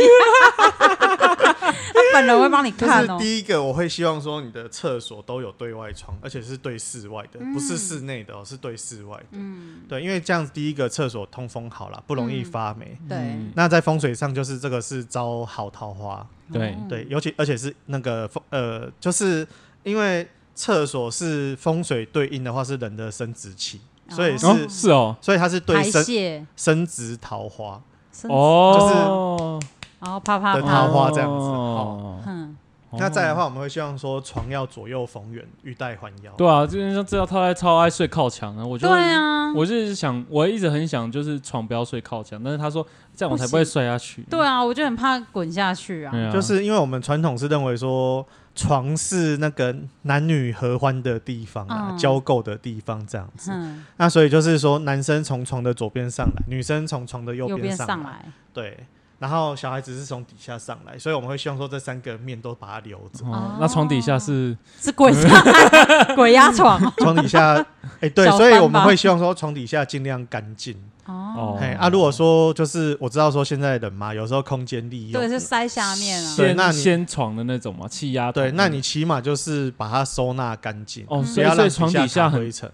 S2: 本人会帮你
S3: 就
S2: 看
S3: 是
S2: 哦。
S3: 第一个，我会希望说你的厕所都有对外窗，而且是对室外的，不是室内的哦，是对室外的。
S2: 嗯，
S3: 对，因为这样子第一个厕所通风好了，不容易发霉。
S2: 对
S1: 嗯
S3: 那在风水上，就是这个是招好桃花，
S1: 对
S2: 哦
S3: 对，尤其而且是那个风呃，就是因为厕所是风水对应的话是人的生殖器，所以是、
S1: 哦，是哦，
S3: 所以它是对
S2: 排
S3: 生
S2: 泄，
S3: 生殖桃花
S2: 生殖，
S1: 哦，
S2: 然后啪啪
S3: 的
S2: 啪
S3: 桃
S1: 哦，
S3: 花这样子哦
S2: 嗯，
S3: 那再来的话，我们会希望说床要左右逢源，欲带还腰。
S1: 对啊，就像这道他超爱睡靠墙啊，我就
S2: 对啊，
S1: 我就是想，我一直很想就是床不要睡靠墙，但是他说这样我才不会摔下去。
S2: 对啊，我就很怕滚下去啊。
S1: 对啊，
S3: 就是因为我们传统是认为说床是那个男女合欢的地方啊，
S2: 嗯
S3: 交媾的地方这样子。
S2: 嗯，
S3: 那所以就是说，男生从床的左边上来，女生从床的右
S2: 右边
S3: 边
S2: 上
S3: 来，
S2: 来，
S3: 对。然后小孩子是从底下上来，所以我们会希望说这三个面都把它留着。
S1: 哦，那床底下是
S2: 是滚上 来，鬼压床。
S3: 床 底下，哎，对，
S2: 小
S3: 所以
S2: 三
S3: 我们
S2: 吧
S3: 会希望说床底下尽量干净。
S2: 哦，
S1: 哦
S3: 哎、啊，如果说就是我知道说现在人嘛，有时候空间利用，
S2: 对，就塞下面啊。
S3: 对
S1: 先
S3: 那你
S1: 先床的那种嘛，气压床
S3: 对，那你起码就是把它收纳干净，
S1: 哦，
S3: 不
S1: 所以
S3: 要
S1: 所
S3: 让
S1: 以床底
S3: 下
S1: 下
S3: 卡
S1: 很
S3: 灰尘，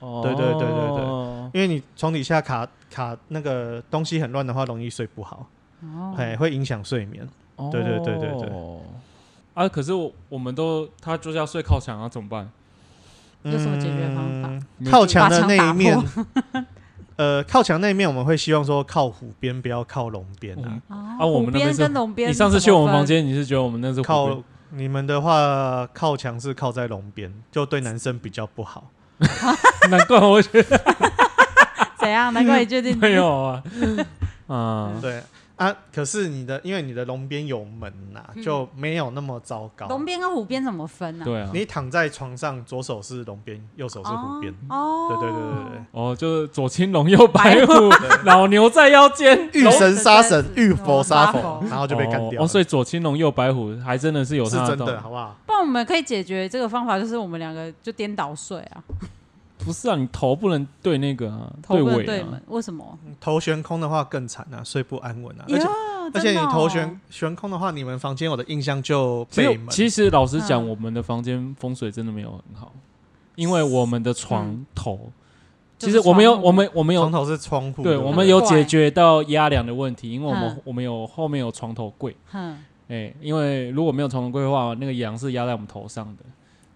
S1: 哦
S3: 对对对对因为你床底下卡卡那个东西很乱的话，容易睡不好，
S2: 哦
S3: 哎、会影响睡眠。
S1: 哦
S3: 对对对对对
S1: 啊，可是我我们都他就是要睡靠墙啊，怎么办？
S2: 有什么解决方法
S3: 嗯靠墙的
S2: 把墙
S3: 那一
S2: 打
S3: 面，呃，靠墙那一面我们会希望说靠湖边，不要靠龙边啊。
S1: 嗯
S2: 啊
S1: 啊我
S2: 湖
S1: 们那边
S2: 边
S1: 是
S2: 跟龙边，
S1: 你上次去我们房，间，你是觉得我们那是湖边
S3: 靠你们的话，靠墙是靠在龙边，就对男生比较不好。
S1: 难怪我觉得
S2: 怎样？难怪你 决定
S1: 没有 啊，啊，
S3: 对啊，可是你的因为你的龙边有门呐、就没有那么糟糕。
S2: 嗯龙边跟湖边怎么分呢？
S1: 对啊，
S3: 你躺在床上，左手是龙边，右手是湖边。
S2: 哦，
S3: 对对对对对。
S1: 哦，就是左青龙右白虎，老牛在腰间，
S3: 遇神杀神，遇佛杀
S2: 龙
S3: 佛，然后就被干掉了
S1: 哦。哦，所以左青龙右白虎还真的是有
S3: 是
S1: 它
S3: 真
S1: 道理
S3: 的，好不好？
S2: 不然我们可以解决这个方法，就是我们两个就颠倒睡啊，
S1: 不是啊，你头不能对那个啊，
S2: 头不能
S1: 尾
S2: 对
S1: 啊
S2: 门，，为什么？
S3: 头悬空的话更惨啊，睡不安稳啊。而
S2: 哟
S3: 且而
S2: 真
S3: 且
S2: 的
S3: 你
S2: 哦
S3: 头悬悬空的话，你们房间我的印象就
S1: 其
S3: 背
S1: 实
S3: 门。
S1: 其实老实讲，
S2: 嗯
S1: 我们的房间风水真的没有很好，因为我们的床头，
S2: 嗯就
S1: 其
S2: 是
S1: 实我们有
S2: 窗户
S1: 我们我们
S3: 床
S1: 有
S3: 头是窗户，
S1: 对
S3: 不
S1: 我们有解决到压梁的问题，因为我
S2: 嗯
S1: 们我们有后面有床头柜，
S2: 哼，
S1: 哎，因为如果没有床头柜的话，那个梁是压在我们头上的，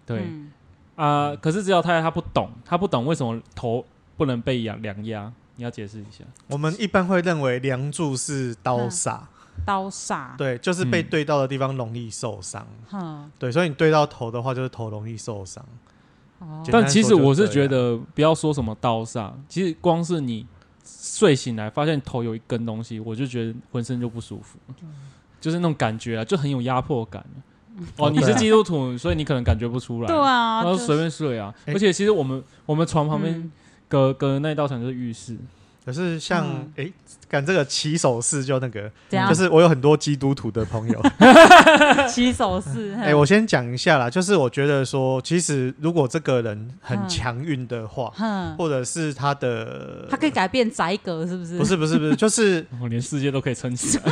S1: 对
S2: 嗯
S1: 啊，可是只有太太她不懂，她不懂为什么头不能被压梁压，你要解释一下。
S3: 我们一般会认为梁柱是刀煞，
S2: 嗯刀煞，
S3: 对，就是被
S1: 嗯
S3: 对到的地方容易受伤。
S2: 哼，
S3: 对，所以你对到头的话，就是头容易受伤。
S2: 哦
S3: 简单
S1: 但其实
S3: 说就
S1: 我是
S3: 这
S1: 觉
S3: 样
S1: 得，不要说什么刀煞，其实光是你睡醒来发现头有一根东西，我就觉得浑身就不舒服，
S2: 嗯
S1: 就是那种感觉啊，就很有压迫感。哦，
S3: 哦
S1: 你是
S3: 对啊
S1: 基督徒，所以你可能感觉不出来。
S2: 对，
S1: 然
S2: 啊，
S1: 后
S2: 就是
S1: 随便睡啊。
S3: 哎
S1: 而且其实我们我们床旁边
S2: 嗯
S1: 隔隔那一道墙就是浴室，
S3: 可是像
S2: 嗯
S3: 诶，干这个起手式就那个，
S2: 怎样
S3: 就是我有很多基督徒的朋友，
S2: 起手式，
S3: 哎、
S2: 哼
S3: 我先讲一下啦，就是我觉得说，其实如果这个人
S2: 嗯
S3: 很强运的话，
S2: 哼，
S3: 或者是他的，
S2: 嗯它可以改变宅格，是不是？
S3: 不，是不是不是，就是
S1: 我连世界都可以撑起来。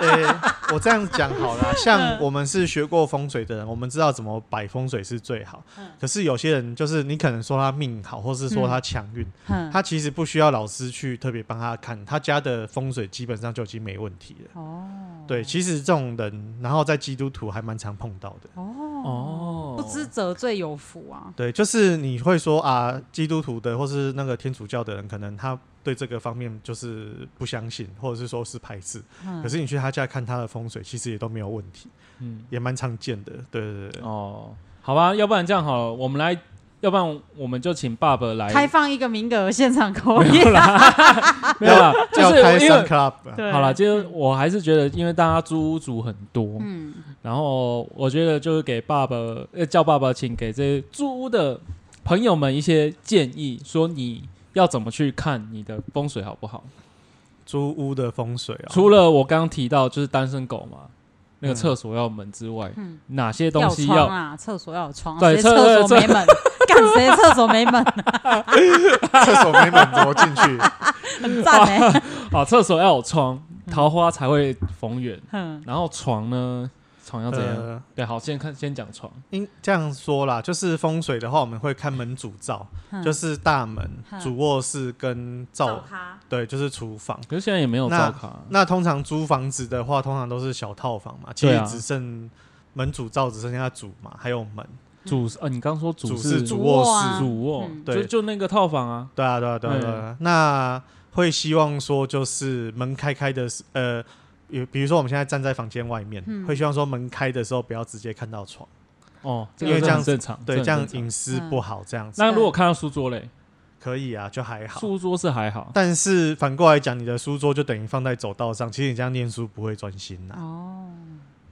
S3: 呃、我这样讲好 啦，
S2: 嗯
S3: 像我们是学过风水的人，我们知道怎么摆风水是最好。
S2: 嗯
S3: 可是有些人就是你可能说他命好，或是说他强运，
S2: 哼，
S3: 他其实不需要老师去特别帮他看，他家的风水基本上就已经没问题了。
S2: 哦，
S3: 对，其实这种人，然后在基督徒还蛮常碰到的。
S1: 哦，
S2: 不知者最有福啊，
S3: 对，就是你会说啊，基督徒的或是那个天主教的人，可能他对这个方面就是不相信，或者是说是排斥。
S2: 嗯
S3: 可是你去他家看他的风水，其实也都没有问题，
S1: 嗯，
S3: 也蛮常见的。对对对，
S1: 哦，好吧，要不然这样好了，我们来，要不然我们就请爸爸来
S2: 开放一个名额，现场啊扣
S1: 没
S2: 一
S1: 有，啦，没有啦，就
S3: 要
S1: 是
S3: 开
S1: 因
S3: 三
S1: 为
S3: club，啊
S2: 对，
S1: 好啦，就是我还是觉得，因为大家租屋主很多，
S2: 嗯，
S1: 然后我觉得就是给爸爸，呃，叫爸爸，请给这些租屋的朋友们一些建议，说你要怎么去看你的风水好不好？
S2: 哦
S3: 租屋的风水啊、
S1: 除了我刚刚提到就是单身狗嘛，那个厕所要有门之外，
S2: 嗯
S1: 哪些东
S2: 要
S1: 西
S2: 有
S1: 要
S2: 窗啊，厕所要有窗啊，
S1: 对
S2: 谁
S1: 厕
S2: 厕所
S1: 厕
S2: 没门， 干谁厕所没门，
S3: 厕所没门怎么进 去？
S2: 很赞哎，
S1: 哦
S2: 嗯
S1: 啊？厕所要有窗，桃花才会逢源。
S2: 哼
S1: 然后床呢，床要怎样？
S3: 呃
S1: 对，好，先看先讲床，
S3: 应这样说啦，就是风水的话，我们会看门主灶，
S2: 嗯
S3: 就是大门、
S1: 嗯
S2: 哼
S3: 主卧室跟
S2: 照
S3: 灶，
S2: 咖，
S3: 对，就是厨房。
S1: 可是现在也没有
S3: 那
S1: 照卡，啊
S3: 那通常租房子的话，通常都是小套房嘛，其
S1: 对
S3: 实
S1: 啊
S3: 只剩门主灶只剩下主嘛，还有门。
S1: 主
S2: 嗯
S1: 呃，你刚说主
S3: 主
S1: 是
S3: 是
S2: 主
S3: 主
S2: 卧
S3: 卧
S2: 啊
S3: 室，
S1: 主卧，
S2: 嗯
S1: 就
S3: 对
S1: 就那个套房啊，
S3: 对啊，对啊，对啊，对啊。那会希望说，就是门开开的时，呃，比比如说我们现在站在房间外面，
S2: 嗯
S3: 会希望说门开的时候不要直接看到床，
S1: 哦，
S3: 因为
S1: 个
S3: 这
S1: 很
S3: 样
S1: 正常，
S3: 对，
S1: 个
S3: 这样
S1: 很正常
S3: 隐私不好，这样子
S1: 那如果看到书桌嘞，
S3: 可以啊，就还好。
S1: 书桌是还好，
S3: 但是反过来讲，你的书桌就等于放在走道上，其实你这样念书不会专心呐、
S2: 哦，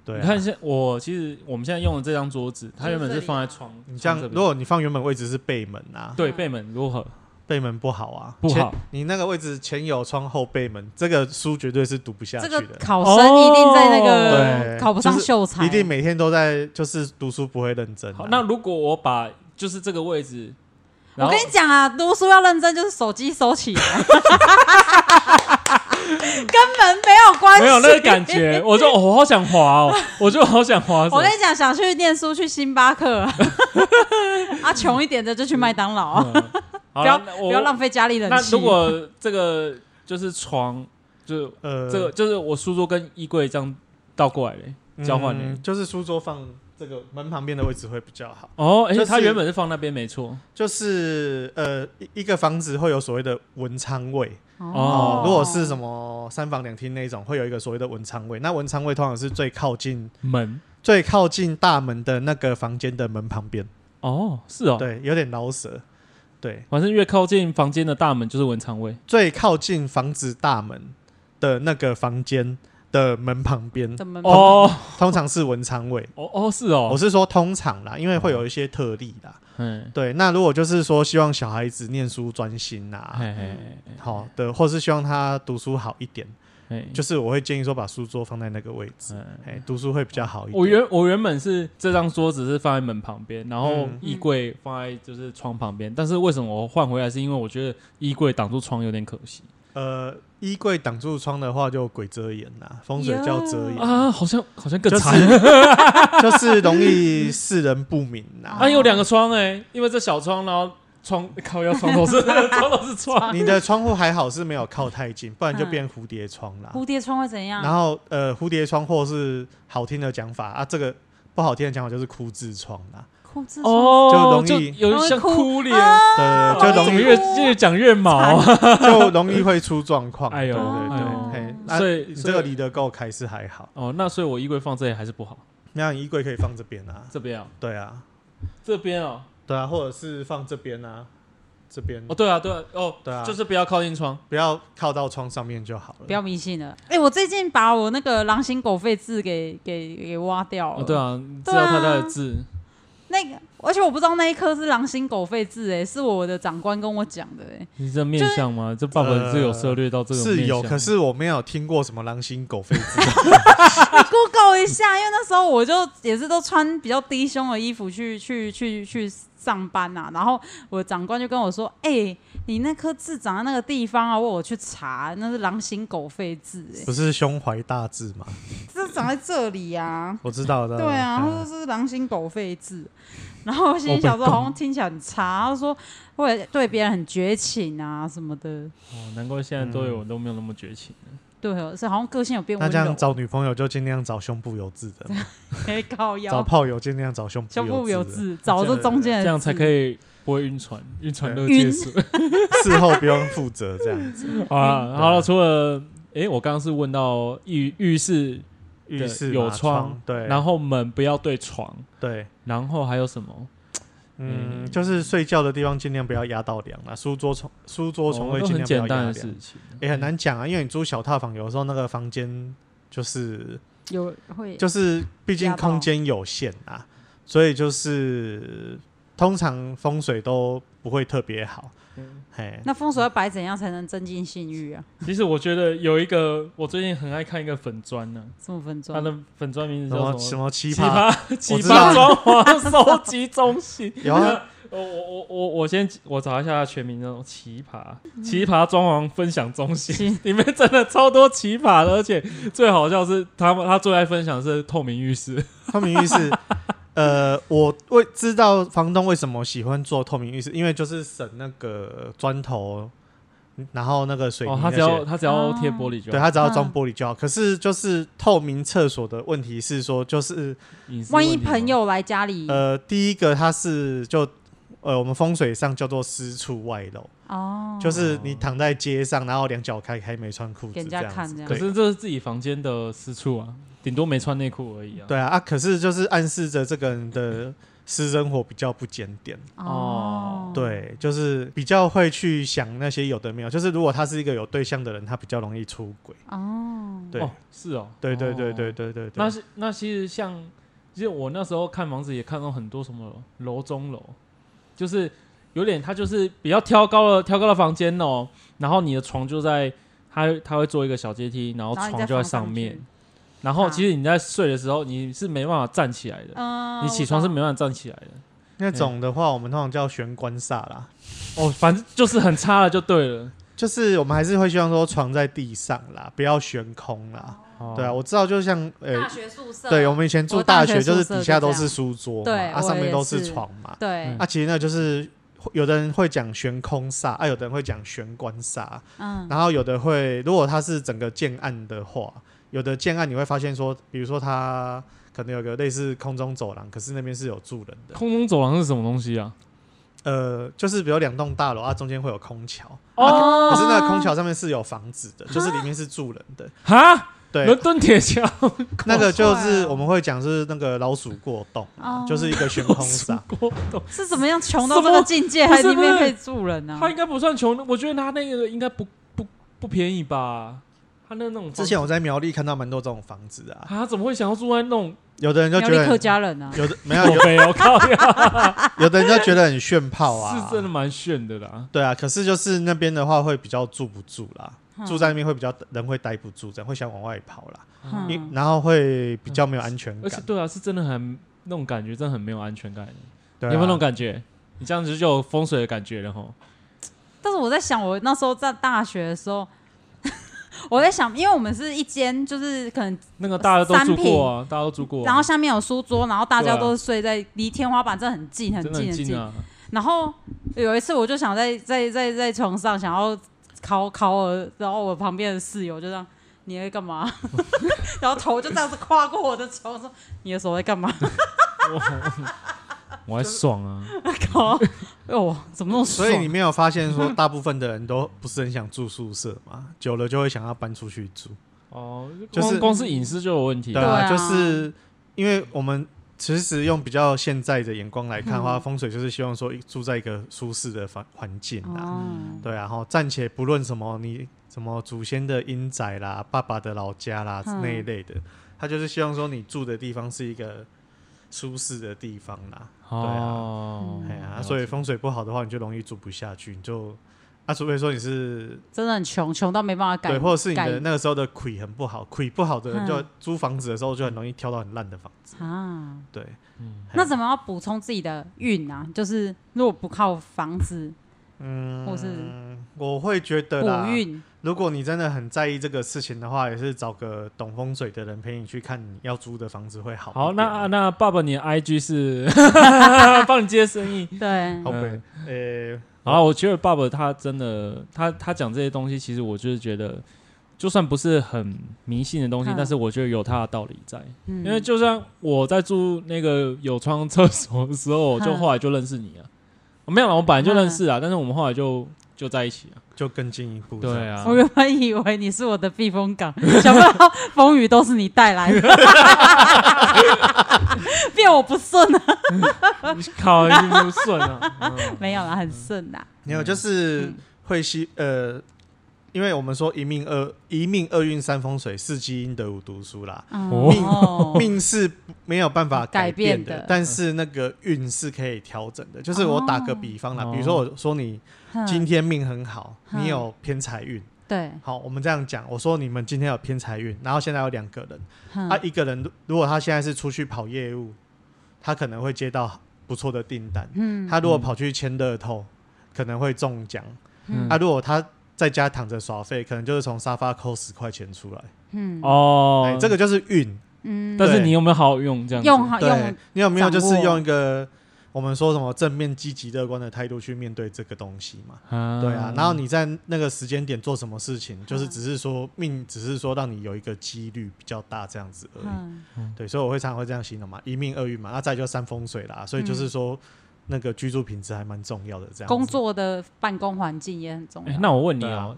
S3: 对、啊，
S1: 你看现我其实我们现在用的这张桌子，它原本是放在床，
S3: 你这样，
S1: 床这边
S3: 如果你放原本位置是背门啊，
S1: 对背门如何？
S3: 背门不好啊，
S1: 不好
S3: 前。你那个位置前有窗后背门，这个书绝对是读不下去
S2: 这
S3: 的。
S2: 个考生一定在那
S3: 哦
S2: 个
S3: 对
S2: 考不上秀才，
S3: 一定每天都在，就是读书不会认真、啊
S1: 好，。那如果我把就是这个位置，然
S2: 我
S1: 后
S2: 跟你讲啊，读书要认真，就是手机收起来， 根本没有关系。
S1: 没有那个感 觉，我就哦我好想滑哦， 我就好想滑手
S2: 我跟你讲，想去念书去星巴克， 啊，穷一点的就去麦当劳，
S1: 嗯好
S2: 不要
S1: 了，
S2: 不要浪
S1: 费。
S2: 费家里人
S1: 那
S2: 气。
S1: 如果这个就是床，就
S3: 呃，
S1: 这个就是我书桌跟衣柜这样倒过来嘞，交换嘞
S3: 嗯。就是书桌放这个门旁边的位置会比较好。
S1: 哦，而且它
S3: 就是
S1: 原本是放那边没错，
S3: 就是呃，一一个房子会有所谓的文昌位
S1: 哦
S3: 如果是什么三房两厅那一种，会有一个所谓的文昌位。那文昌位通常是最靠近
S1: 门
S3: 最靠近大门的那个房间的门旁边，
S1: 哦，是哦，
S3: 对，有点老舍。对，
S1: 反正越靠近房间的大门就是文昌位，
S3: 最靠近房子大门的那个房间的门旁边，
S2: 怎么
S1: 哦
S3: 通常是文昌位。
S1: 哦哦，是
S3: 我
S1: 哦，
S3: 是说通常啦，因为会有一些特例啦。
S1: 嗯，
S3: 对，那如果就是说希望小孩子念书专心啊，
S1: 嘿嘿
S3: 好的，或是希望他读书好一点，
S1: 嘿，就
S3: 就是我会建议说把书桌放在那个位置，哎，读书会比较好一点。
S1: 嗯哦我原我原本是这张桌子是放在门旁边，然后
S3: 嗯
S1: 衣柜放在就是窗旁边，但是为什么我换回来？是因为我觉得衣柜挡住窗有点可惜
S3: 呃，衣柜挡住窗的话，就鬼遮眼啦，风水叫遮眼，
S1: 啊，好像好像更
S3: 嗯就是
S1: 惨。
S3: 就是容易世人不明啦。
S1: 啊，有两个窗哎、因为这小窗，然后窗靠要窗头是 窗头是 窗，
S3: 你的窗户还好是没有靠太近，不然就变蝴蝶窗啦。
S2: 蝴蝶啊窗会怎样？
S3: 然后呃，蝴蝶窗或是好听的讲法啊，这个不好听的讲法就是枯枝窗啦。
S2: 控制
S1: 哦，
S3: 就容易哦
S1: 有点像哭脸，
S2: 啊哦
S1: 就
S3: 对对，
S1: 怎
S3: 呃
S1: 么
S3: 就容易
S1: 越越讲越毛 啊？
S3: 就容易会出状况。
S1: 哎呦
S3: 对对对，
S1: 哎
S3: 嘿，
S1: 呦
S3: 那
S1: 所以
S3: 啊你
S1: 所以
S3: 这个离得够开是还好，
S1: 哦，那所以我衣柜放这里还是不好，
S3: 那你衣柜可以放这边啊，
S1: 这边啊，
S3: 对啊，
S1: 这边哦，
S3: 对啊，或者是放这边啊，这边
S1: 哦对啊对啊哦
S3: 对啊
S1: 就是不要靠近窗，
S3: 不要靠到窗上面就好了。
S2: 不要迷信了。哎、我最近把我那个狼心狗肺字给给给挖掉了。
S1: 哦对啊，知
S2: 对啊
S1: 道太太的字，
S2: 那个，而且我不知道那一颗是狼心狗肺字、哎，是我的长官跟我讲的、哎，
S1: 你这面相吗？这爸爸是有涉略到这个
S3: 是
S1: 面
S3: 有，
S1: 相
S3: 可是我没有听过什么狼心狗肺 之
S2: Google 一下，因为那时候我就也是都穿比较低胸的衣服去去去去上班呐、然后我长官就跟我说：“哎、你那颗痣长在那个地方啊，我我去查，那是狼心狗肺痣、哎，
S3: 不是胸怀大志吗？
S2: 这长在这里啊。”
S3: 我知道的。
S2: 对啊，他说
S3: 嗯
S2: 这是狼心狗肺痣，然后我心里想说好像听起来很差，他说会对别人很绝情啊什么的，
S1: 哦，难怪现在都有都没有那么绝情了，
S2: 对哦，是好像个性有变
S3: 那
S2: 温
S3: 这样
S2: 柔，
S3: 找女朋友就尽量找胸部有痣的嘛，
S2: 可以靠
S3: 找
S2: 腰，
S3: 炮友尽量找胸
S2: 胸部
S3: 部
S2: 有
S3: 有痣的，
S2: 痣，找这中间的
S1: 这样才
S2: 痣
S1: 可以不会晕船，晕船热
S2: 嗯
S1: 结
S2: 晕
S1: 束。
S3: 事后不用负责 这样子。
S1: 好了，
S3: 嗯
S1: 啊
S3: 啊
S1: 好了，除了诶，我刚刚是问到浴浴室，
S3: 浴室嘛啊
S1: 有窗
S3: 窗，对，
S1: 然后门不要对床，
S3: 对，
S1: 然后还有什么？
S3: 嗯，就是睡觉的地方尽量不要压到梁啦，书桌床书桌床
S1: 哦
S3: 位
S1: 都
S3: 尽
S1: 很
S3: 量不
S1: 简
S3: 要
S1: 单的
S3: 压梁
S1: 事，情。
S3: 也很难讲啊，因为你租小套房，有时候那个房间就是
S2: 有会
S3: 就是毕竟
S2: 压到
S3: 空间有限啊，所以就是通常风水都不会特别好。
S2: 嗯
S3: 嘿，
S2: 那风水要摆怎样才能增进性欲啊？
S1: 嗯其实我觉得有一个，我最近很爱看一个粉砖呢，
S2: 这么分
S1: 它
S2: 钟，
S1: 的粉砖名字
S3: 什
S1: 叫
S3: 么
S1: 什
S3: 什
S1: 么？
S3: 么奇
S1: 奇
S3: 葩？
S1: 葩奇
S3: 知道
S1: 葩装潢收集中心。
S3: 有啊，
S1: 我我我我先我查一下全名那种奇葩奇葩装潢分享中心，里面真的超多奇葩的，而且最好笑是他们他最爱分享是透明浴室，
S3: 透明浴室，呃，我为知道房东为什么喜欢做透明浴室，因为就是省那个砖头，然后那个水泥
S1: 哦，他
S3: 那
S1: 只
S3: 些，
S1: 要他只要贴
S2: 啊
S1: 玻璃就
S3: 对
S1: 好，
S3: 他只要
S2: 嗯
S3: 装玻璃就好。可是就是透明厕所的问题是说，就是
S1: 隐私
S2: 万一
S1: 问题吗
S2: 朋友来家里，
S3: 呃，第一个它是就呃我们风水上叫做私处外露，
S2: 哦，
S3: 就是你躺在街上，然后两脚开开没穿裤
S2: 给人
S3: 子这
S2: 家
S3: 样
S2: 看
S3: 子
S2: 这，样
S1: 可
S3: 对
S1: 是这是自己房间的私处啊，顶多没穿内裤而已啊。
S3: 对啊啊，可是就是暗示着这个人的私生活比较不检点。
S1: 哦，
S3: 对，就是比较会去想那些有的没有，就是如果他是一个有对象的人，他比较容易出轨。
S2: 哦，
S3: 对，
S1: 哦，是哦，
S3: 对对对
S1: 哦
S3: 对对对对。
S1: 那是那其实像，其实我那时候看房子也看到很多什么楼中楼，就是有点他就是比较挑高了挑高的房间哦，然后你的床就在他他会做一个小阶梯，然后
S2: 然后你
S1: 床
S2: 再
S1: 就在
S2: 放上
S1: 面
S2: 去，
S1: 然后
S2: 啊
S1: 其实你在睡的时候你是没办法站起来的，
S2: 嗯，
S1: 你起
S2: 我
S1: 床是
S2: 懂
S1: 没办法站起来的。
S3: 那种的话，我们通常叫玄关煞啦，
S1: 哦，反正就是很差了就对了。
S3: 就是我们还是会希望说床在地上啦，不要悬空啦。
S2: 哦
S3: 对啊，我知道，就像呃
S2: 大，学宿舍，
S3: 对我们以前住
S2: 我大
S3: 学
S2: 学
S3: 就是
S2: 宿舍
S3: 底
S2: 就
S3: 下都
S2: 这
S3: 是
S2: 样
S3: 书桌嘛，
S2: 对
S3: 啊
S2: 我
S3: 上面
S2: 也
S3: 都是
S2: 是
S3: 床嘛，
S2: 对
S1: 嗯，
S3: 啊其实那就是。有的人会讲悬空煞，啊，有的人会讲玄关煞，
S2: 嗯，
S3: 然后有的会，如果它是整个建案的话，有的建案你会发现说，比如说它可能有个类似空中走廊，可是那边是有住人的，
S1: 空中走廊是什么东西啊？
S3: 呃，就是比如两栋大楼啊，中间会有空桥，
S1: 哦，
S3: 可是那个空桥上面是有房子的，就是里面是住人的，
S2: 啊
S1: 哈，伦
S3: 对，
S1: 敦铁啊桥，
S3: 那个就是
S2: 哦
S3: 我们会讲是那个老鼠过洞啊，
S2: 哦
S3: 就是一个悬空煞，
S1: 过洞
S2: 是怎么样穷
S1: 什
S2: 到
S1: 么
S2: 这个境界，
S1: 不
S2: 还
S1: 是
S2: 里
S1: 不
S2: 面
S1: 是
S2: 可以住人啊呢
S1: 他？应该不算穷，我觉得他那个应该不不不便宜吧？他那那种房
S3: 之前我在苗栗看到蛮多这种房子啊，
S1: 他怎么会想要住在那种
S3: 有的人就
S2: 苗
S3: 觉
S2: 栗
S3: 得
S2: 客
S3: 很
S2: 家人啊，
S3: 有的没有，
S1: 破
S3: 有
S1: 杯？我靠，
S3: 有的人就觉得很炫炮啊，
S1: 是真的蛮炫的啦。
S3: 对啊，可是就是那边的话会比较住不住啦，
S2: 嗯
S3: 住在那边会比较人会待不住，这样会想往外跑啦，
S2: 嗯
S3: 因然后会比较没有安全
S1: 而且
S3: 感。
S1: 对啊，是真的很那种感觉，真的很没有安全感。
S3: 对
S1: 你
S3: 啊，
S1: 有没有那种感觉？你这样子就有风水的感觉了吼。
S2: 但是我在想，我那时候在大学的时候， 我在想，因为我们是一间，就是可能，
S1: 那个大家都住过啊，大家都住过啊，
S2: 然后下面有书桌，然后大家
S1: 对啊
S2: 都是睡在离天花板这很近很
S1: 真的
S2: 近
S1: 很
S2: 很
S1: 近
S2: 近。
S1: 啊。
S2: 然后有一次，我就想在在在在床上想要烤烤我，然后我旁边的室友就这样。你在干嘛？ 然后头就这样子跨过我的床，说：“你的手在干嘛
S1: 我还爽啊，？”
S2: 靠！哦，怎么那么爽
S3: 所以你没有发现说，大部分的人都不是很想住宿舍 嘛，久了就会想要搬出去住。
S1: 哦，
S3: 就是
S1: 光光是隐私就有问题
S3: 对
S1: 了。
S2: 对
S3: 啊，
S2: 啊
S3: 就是因为我们其实用比较现在的眼光来看的
S1: 嗯
S3: 话，风水就是希望说住在一个舒适的环环境啦。
S2: 哦，
S3: 对啊，然后暂且不论什么你什么祖先的阴宅啦、爸爸的老家啦、
S2: 嗯
S3: 那一类的，他就是希望说你住的地方是一个舒适的地方啦。
S1: 啊哦，
S3: 哎呀、
S1: 了
S3: 所以
S1: 解
S3: 风水不好的话，你就容易住不下去，你就啊，除非说你是
S2: 真的很穷，穷到没办法改，
S3: 对，或者是你
S2: 改
S3: 的那个时候的腿很不好，腿不好的人就
S2: 嗯
S3: 租房子的时候就很容易挑到很烂的房子。
S2: 啊。
S3: 对，
S1: 嗯
S2: 那怎么要补充自己的运啊？就是如果不靠房子
S3: 嗯，
S2: 或是
S3: 我会觉得
S2: 补
S3: 啦，
S2: 运，
S3: 如果你真的很在意这个事情的话，也是找个懂风水的人陪你去看你要租的房子会好一点。
S1: 好，那那爸爸，你的 IG 是帮你接生意。
S2: 对
S3: 好呗
S1: 嗯，
S3: 呃，
S1: 好啦，我觉得爸爸他真的，他他讲这些东西，其实我就是觉得，就算不是很迷信的东西，
S2: 嗯
S1: 但是我觉得有他的道理在。
S2: 嗯
S1: 因为就像我在住那个有窗厕所的时候，我就
S2: 嗯
S1: 后来就认识你啊。哦没有啦，我本来就认识啊，但是我们后来就就在一起啊。
S3: 就更进一步。
S1: 对，啊，
S2: 我原本以为你是我的避风港， 想不到风雨都是你带来的， 变我不顺啊了。
S1: 靠，一定不顺 啊。嗯
S2: 没有啦，很顺啊啦。
S3: 没有，就是会希呃，因为我们说一命二一命二运三风水四积阴德五读书啦，
S2: 哦，
S3: 命是没有办法改变
S2: 改变的嗯
S3: 但是那个运是可以调整的。就是我打个比方啦，
S1: 哦
S3: 比如说我说你今天命很好，
S2: 嗯
S3: 你有偏财运。
S2: 对，
S3: 好，我们这样讲，我说你们今天有偏财运，然后现在有两啊个人，
S2: 嗯
S3: 他、一个人如如果他现在是出去跑业务，他可能会接到不错的订单。嗯，他如果跑去签乐透，可能会中奖。啊
S1: 嗯
S3: 他如果他在家躺着耍废，可能就是从沙发抠十块钱出来。哎、
S1: 哦，
S3: 这个就是运。
S2: 嗯，
S1: 但是你有没有好好用这样子？
S2: 用好
S3: 对
S2: 啊用，，
S3: 你有没有就是
S2: 掌握
S3: 用一个我们说什么正面、积极、乐观的态度去面对这个东西嘛？
S2: 嗯
S1: 啊
S3: 对啊，然后你在那个时间点做什么事情，就是只是说命，只是说让你有一个几率比较大这样子而已。
S2: 嗯
S3: 对，所以我会常常会这样形容嘛，一命二运嘛，啊那再就三风水啦，所以就是说那个居住品质还蛮重要的这样子。
S2: 嗯工作的办公环境也很重
S1: 哎
S2: 要。
S1: 那我问你
S3: 对啊
S1: 哦，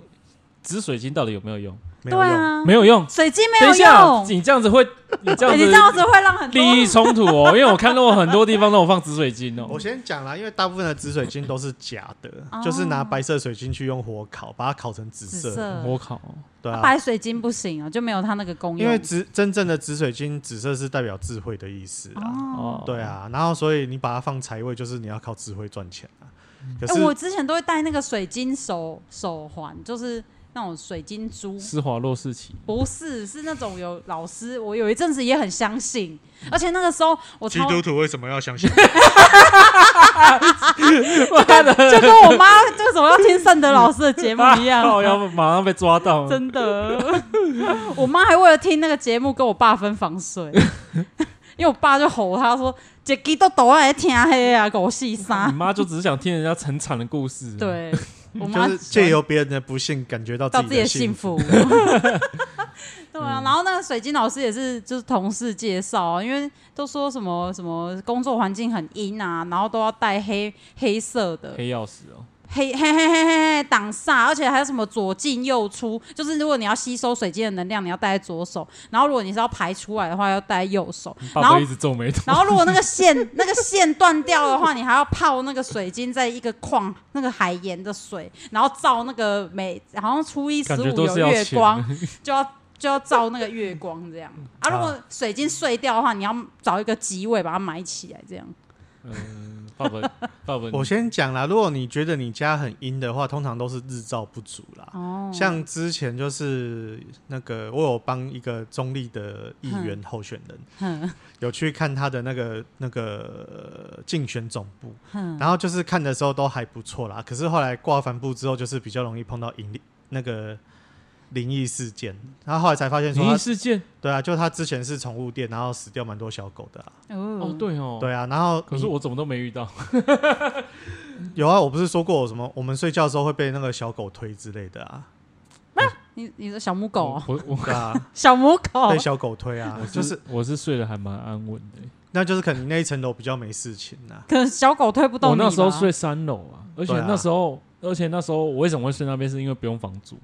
S1: 紫水晶到底有没有用？
S3: 没有
S2: 对
S3: 用，
S2: 啊，
S1: 没有用。
S2: 水晶没
S1: 等
S2: 有
S1: 一下，
S2: 用，
S1: 你这样子会，你这
S2: 哎
S1: 样
S2: 你
S1: 子
S2: 这样子会让很多
S1: 利益冲突哦，因为我看到很多地方都有放紫水晶哦
S3: 我。先讲啦，因为大部分的紫水晶都是假的，
S2: 哦
S3: 就是拿白色水晶去用火烤，把它烤成紫色。
S2: 紫色
S1: 我靠，
S3: 对
S2: 啊
S3: 啊，
S2: 白水晶不行啊，就没有它那个功用。
S3: 因为紫真正的紫水晶，紫色是代表智慧的意思啊。
S2: 哦，
S1: 哦，
S3: 对，啊，然后所以你把它放财位，就是你要靠智慧赚钱啊。可
S2: 哎、
S3: 是、
S2: 我之前都会戴那个水晶手手环，就是那种水晶珠，
S1: 施华洛世奇，
S2: 不是是那种有老师，我有一阵子也很相信，而且那个时候我超
S3: 徒为什么要相信？
S2: 就跟我妈为什么要听圣德老师的节目一 样，啊
S1: 靠啊要不马上被抓到。
S2: 真的， 我妈还为了听那个节目跟我爸分房睡，因为我爸就吼他说：“姐鸡都抖来听黑啊，狗戏
S1: 你
S2: 杀。
S1: 妈就只是想听人家很惨的故事。”，
S2: 对，我
S3: 就
S2: 妈
S3: 是借由别人的不幸，感觉到
S2: 到
S3: 自
S2: 自己的
S3: 己的
S2: 幸
S3: 福。
S2: 福。 对啊，然后那个水晶老师也是，就是同事介绍、啊，因为都说什么什么工作环境很阴啊，然后都要戴黑黑色的
S1: 黑曜石哦，
S2: 黑黑黑黑黑黑挡煞，而且还有什么左进右出，就是如果你要吸收水晶的能量，你要戴在左手，然后如果你是要排出来的话，要戴右手，然
S1: 爸
S2: 后
S1: 爸一直皱眉头。
S2: 然后如果那个线那个线断掉的话，你还要泡那个水晶在一个矿那个海盐的水，然后照那个每好像初一十
S1: 感
S2: 五
S1: 觉都
S2: 有
S1: 是要
S2: 月
S1: 钱
S2: 光， 就要就要照那个月光 这样啊。
S3: 啊
S2: 如果水晶碎掉的话，你要找一个机位把它埋起来这样。
S1: 嗯，爸爸，爸爸，
S3: 我先讲啦，如果你觉得你家很阴的话，通常都是日照不足啦。
S2: 哦，
S3: 像之前就是那个，我有帮一个中立的议员候选人，
S2: 哼
S3: 有去看他的那个那个呃竞选总部，
S2: 哼
S3: 然后就是看的时候都还不错啦。可是后来挂帆布之后，就是比较容易碰到灵那个灵异事件。然后后来才发现说
S1: 灵异
S3: 他，
S1: 事件
S3: 对啊，就他之前是宠物店，然后死掉蛮多小狗的啊。
S1: 哦
S2: 哦，
S1: 对哦，
S3: 对啊，然后
S1: 可是我怎么都没遇到。
S3: 你有啊，我不是说过我什么，我们睡觉的时候会被那个小狗推之类 的啊，
S2: 你你的小母狗哦，
S1: 我我
S3: 对啊，
S2: 小母狗
S3: 被，小狗推啊
S1: 哦我，
S3: 就是
S1: 我是睡得还蛮安稳的。
S3: 那就是可能你那一层楼比较没事情啊。
S2: 可能小狗推不动
S1: 我
S2: 你吧。
S1: 那时候睡三楼啊，而且
S3: 对啊
S1: 那时候，而且那时候我为什么会睡那边，是因为不用房租。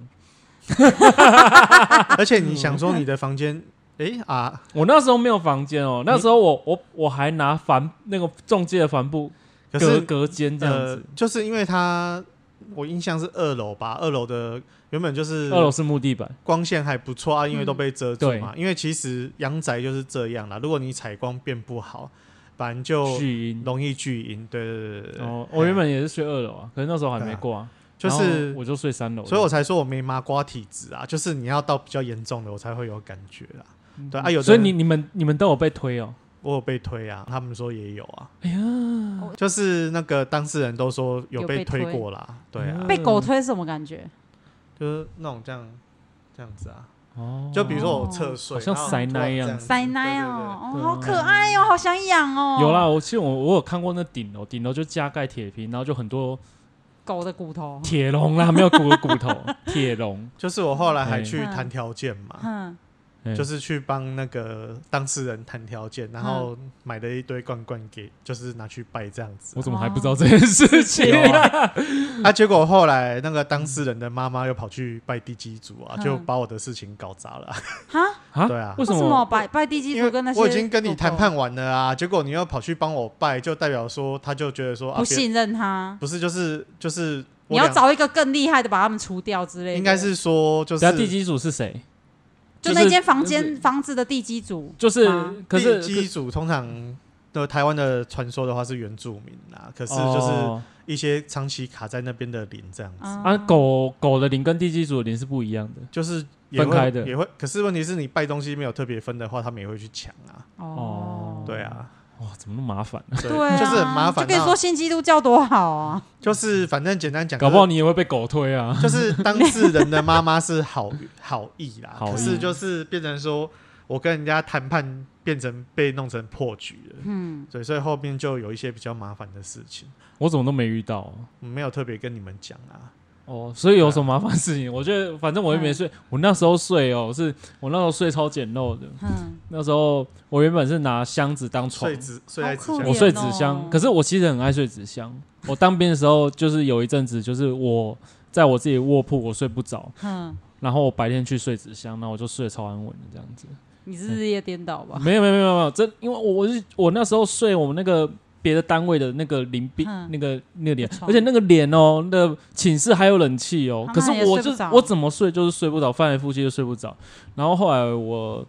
S3: 而且你想说你的房间，
S1: 嗯
S3: 诶啊，
S1: 我那时候没有房间哦，那
S3: 你
S1: 时候我我我还拿帆那个中介的帆布
S3: 可
S1: 隔
S3: 是
S1: 隔间这样
S3: 呃
S1: 子，，
S3: 就是因为它，我印象是二楼吧，二楼的原本就是
S1: 二楼是木地板，
S3: 光线还不错啊，因为都被遮住
S1: 对
S3: 嘛。因为其实阳宅就是这样啦，如果你采光变不好，反正就
S1: 巨阴。
S3: 容易聚阴。对对对哦对对。
S1: 哦，我原本也是睡二楼啊，可是那时候还没挂，
S3: 就
S1: 然
S3: 是
S1: 后我就睡三楼，
S3: 所以我才说我没麻瓜体质啊，就是你要到比较严重的我才会有感觉啦。对啊，有
S1: 嗯
S3: 的
S1: 所以你
S3: 人
S1: 你们你们都有被推哦。
S3: 我有被推啊，他们说也有啊，
S1: 哎呀，
S3: 就是那个当事人都说有
S2: 哦有
S3: 被
S2: 被
S3: 推
S2: 推
S3: 过啦，对啊
S1: 嗯，
S2: 被狗推是什么感觉？
S3: 就是那种这样这样子啊，
S1: 哦，
S3: 就比如说我侧睡，
S1: 好像
S3: 然后
S1: 塞奶一样
S3: 突然这子
S2: 塞奶
S3: 对对对
S2: 哦，
S1: 对
S2: 哦，
S1: 对
S2: 好可爱哦，好想养哦。
S1: 有啦，我其实我我有看过那顶楼，顶楼就加盖铁皮，然后就很多
S2: 狗的骨头，
S1: 铁笼啊啦，没有骨的骨头，铁笼，
S3: 就是我后来还去
S2: 嗯
S3: 谈条件嘛，
S2: 嗯，
S1: 嗯
S3: 就是去帮那个当事人谈条件，
S2: 嗯
S3: 然后买了一堆罐罐给，就是拿去拜这样子
S1: 我。怎么还不知道这件事情
S3: 有
S1: 啊？
S3: 啊，
S2: 嗯
S3: 啊结果后来那个当事人的妈妈又跑去拜地基主啊，
S2: 嗯
S3: 就把我的事情搞砸了啊。
S2: 哈，
S1: 啊
S3: 对啊，
S1: 为什
S2: 为什
S1: 么？
S2: 拜拜地基
S3: 因
S2: 主跟那
S3: 为
S2: 些
S3: 我已经跟你谈
S2: 狗狗
S3: 判完了啊，结果你又跑去帮我拜，就代表说他就觉得说啊，
S2: 不
S3: 别
S2: 信任他，
S3: 不是就是就是
S2: 你
S3: 我
S2: 要
S3: 俩
S2: 找一个更厉害的把他们除掉之类的。
S3: 应该是说就
S1: 等下地
S3: 是
S1: 基主是谁？
S2: 就
S1: 就是
S2: 那间房
S1: 就是
S2: 间房子的地基主，
S1: 就是
S2: 吗，
S1: 可是
S3: 地基主通常。的台湾的传说的话是原住民啊，可是就是
S1: 哦
S3: 一些长期卡在那边的灵这样子，
S1: 啊，
S2: 啊，
S1: 狗狗的灵跟地基主的灵是不一样的。
S3: 就是也会
S1: 分开的
S3: 也会。可是问题是你拜东西没有特别分的话，他们也会去抢啊。
S2: 哦，
S3: 对啊，
S1: 哇，怎么那么麻烦？
S2: 对啊，
S3: 就是很麻烦
S2: 就
S3: 啊。
S2: 跟你说信基督教多好啊，
S3: 哎就是反正简单讲，
S1: 搞不好你也会被狗推啊！
S3: 就是当事人的妈妈是好 好意啦，
S1: 好意
S3: 可是就是变成说我跟人家谈判变成被弄成破局了，嗯，对，所以后面就有一些比较麻烦的事情，
S1: 我怎么都没遇到啊、
S3: 我没有特别跟你们讲啊，
S1: 哦，所以有什么麻烦事情？我觉得反正我又
S2: 嗯
S1: 没睡，我那时候睡哦，是我那时候睡超简陋的。
S2: 嗯，
S1: 那时候我原本是拿箱子当床
S3: 睡，纸睡在纸
S2: 好
S3: 箱
S2: 可
S1: 我
S2: 怜
S3: 上，
S1: 睡纸箱
S2: 哦，
S1: 可是我其实很爱睡纸箱。我当兵的时候，就是有一阵子，就是我在我自己的卧铺我睡不着，
S2: 嗯，
S1: 然后我白天去睡纸箱，那我就睡得超安稳的这样子。
S2: 你是日夜颠倒
S3: 嗯
S2: 吧？
S1: 没有没有没有没有，这因为我我是我那时候睡我们那个别的单位的那个林兵、
S2: 嗯
S1: 那个那个脸
S2: 那，床
S1: 而且那个脸哦，那个寝室还有冷气哦，
S2: 他
S1: 可
S2: 们
S1: 是
S2: 也
S1: 我
S2: 睡不
S1: 就是
S2: 着
S1: 我怎么睡就是睡不着，翻来覆去就睡不着。然后后来我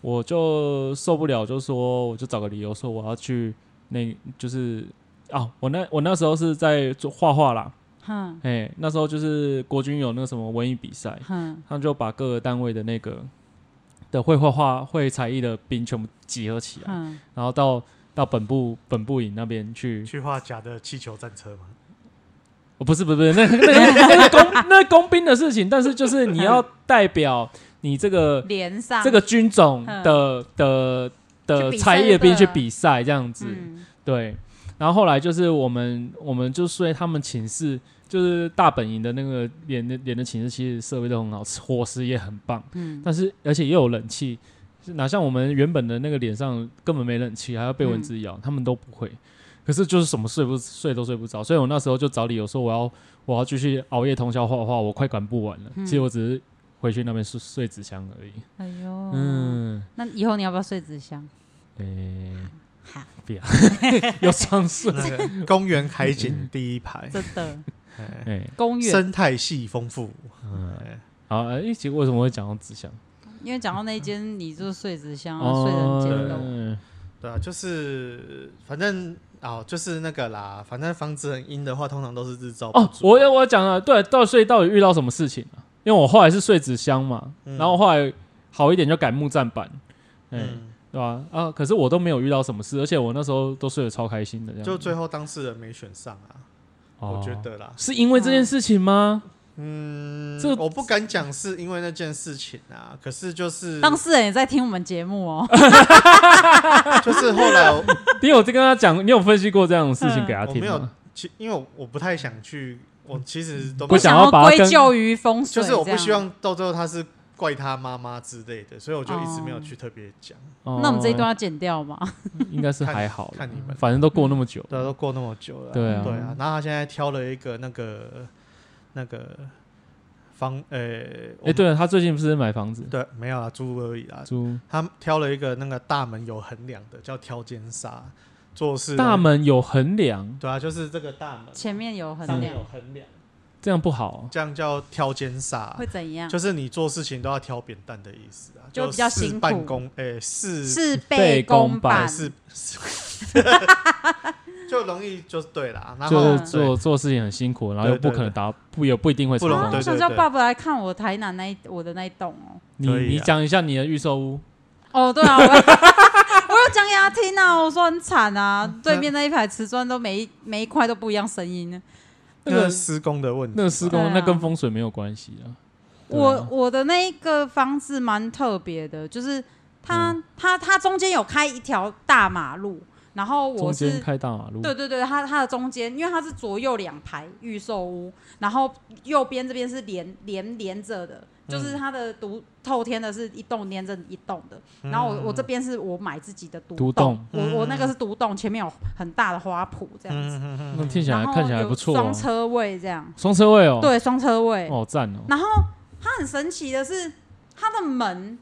S1: 我就受不了，就说我就找个理由说我要去那就是啊，我那我那时候是在做画画啦，
S2: 哼
S1: 哎、那时候就是国军有那个什么文艺比赛，
S2: 哼，
S1: 他们就把各个单位的那个的会画画、会才艺的兵全部集合起来，
S2: 嗯，
S1: 然后到到本部本部营那边去。
S3: 去画假的气球战 车嘛，
S1: 哦，不是不是不是，那个那个那个工那个工兵的事情，但是就是你要代表你这个
S4: 嗯
S2: 连上
S1: 这个军种的的的
S4: 去比赛
S1: 才艺的兵
S4: 就对
S1: 去
S4: 了
S1: 比赛这样子。
S2: 嗯
S1: 对，然后后来就是我们我们就睡他们寝室，就是大本营的那个连的连的寝室，其实设备都很好，伙食也很棒，
S2: 嗯
S1: 但是而且也有冷气，是哪像我们原本的那个脸上根本没冷气，还要被蚊子咬，
S2: 嗯
S1: 他们都不会。可是就是什么睡不睡都睡不着，所以我那时候就找理由说我要我要继续熬夜通宵画画，我快赶不完了。
S2: 嗯
S1: 其实我只是回去那边睡睡纸箱而已。
S2: 哎呦，嗯，
S1: 嗯，
S2: 那以后你要不要睡纸箱？
S1: 诶、
S2: 好
S1: 嗯不要， 又装 睡。
S3: 那个公园海景第一排，
S2: 真的，
S3: 哎
S1: 哎、
S2: 公园，
S3: 生态系丰富，哎
S1: 好，哎、一起为什么会讲到纸箱？
S2: 因为讲到那一间，你就是睡纸
S3: 哦
S2: 箱啊，睡得很简陋。
S1: 嗯
S3: 对啊，就是反正哦，就是那个啦，反正房子很阴的话，通常都是日照不
S1: 哦，
S3: 足
S1: 我有我讲了，对，到睡到底遇到什么事情啊？因为我后来是睡纸箱嘛，
S3: 嗯
S1: 然后后来好一点就改木栈板，哎、
S3: 嗯，
S1: 对吧、啊？可是我都没有遇到什么事，而且我那时候都睡得超开心的，这样
S3: 就最后当事人没选上啊，
S1: 哦
S3: 我觉得啦，
S1: 是因为这件事情吗？
S3: 嗯，
S1: 这
S3: 我不敢讲是因为那件事情啊，可是就是
S2: 当事人也在听我们节目哦，
S3: 就是后 来我
S1: 你有跟他讲，你有分析过这样的事情给他
S3: 我
S1: 听
S3: 没有
S1: 吗？，
S3: 其因为我我不太想去，我其实都
S1: 不想 要
S2: 要
S1: 把它
S2: 归
S1: 跟
S2: 咎于风水，
S3: 就是我
S2: 这
S3: 不
S2: 样
S3: 希。望到最后他是怪他妈妈之类的，所以我就一直没有去特别讲。
S1: 哦
S2: 那我们这一段要剪掉嘛？
S1: 应该是
S3: 看
S1: 还好啦，
S3: 看 你们
S1: 反正都过那么久，
S3: 对啊，都过那么久了啊、
S1: 对啊
S3: 对啊。然后他现在挑了一个那个那个房，呃、
S1: 哎、
S3: 我们
S1: 对了，他最近不是买房子
S3: 对，没有啊，租而已啊。
S1: 租
S3: 他挑了一个那个大门有横梁的，叫挑尖沙，做事
S1: 大。门有横梁，
S3: 对啊，就是这个大门
S2: 前面有很
S3: 上面
S2: 亮
S3: 有，横梁，
S1: 嗯这样不好啊、
S3: 这样叫挑尖沙，
S2: 会怎样？
S3: 就是你做事情都要挑扁担的意思啊，
S2: 就比较
S3: 事
S2: 辛苦
S3: 办公，哎，事
S4: 是
S1: 背
S4: 被
S1: 公
S4: 公
S1: 办
S4: 办，
S3: 是是 就容易就对啦，然
S1: 就
S3: 后
S1: 是做做事情很辛苦，然后又不可能达，不也不一定会成
S3: 不容
S2: 啊，
S1: 功
S3: 对
S2: 我。想
S3: 对
S2: 叫
S3: 对
S2: 爸爸来看我台南那一我的那一栋哦。
S1: 你
S3: 可以啊
S1: 你讲一下你的预售屋，
S2: 哦，对啊，我 我有讲给他听啊，我说很惨啊，对面那一排瓷砖都每一每一块都不一样声音呢。
S1: 那
S3: 那
S1: 个
S3: 个施工的问题，
S1: 那个施
S2: 对
S1: 工
S2: 啊
S1: 那跟风水没有关系啊。对啊
S2: 我我的那一个房子蛮特别的，就是它、它它中间有开一条大马路，然后
S1: 中
S2: 我
S1: 间
S2: 是。
S1: 开大马路，
S2: 对对对，它它的中间，因为它是左右两排预售屋，然后右边这边是连连连着的，
S1: 嗯
S2: 就是它的独透天的是一栋连着一栋的，然后我我这边是我买自己的
S1: 嗯独
S2: 独
S1: 栋嗯
S2: 栋，我我那个是独栋，前面有很大的花圃这样子，
S1: 那听起来
S2: 然
S1: 嗯
S2: 后
S1: 看起来
S2: 有
S1: 不错哦
S2: 双，车位这样，
S1: 双车位哦，，
S2: 对，双车位，
S1: 哦赞哦，
S2: 然后它很神奇的是，它的门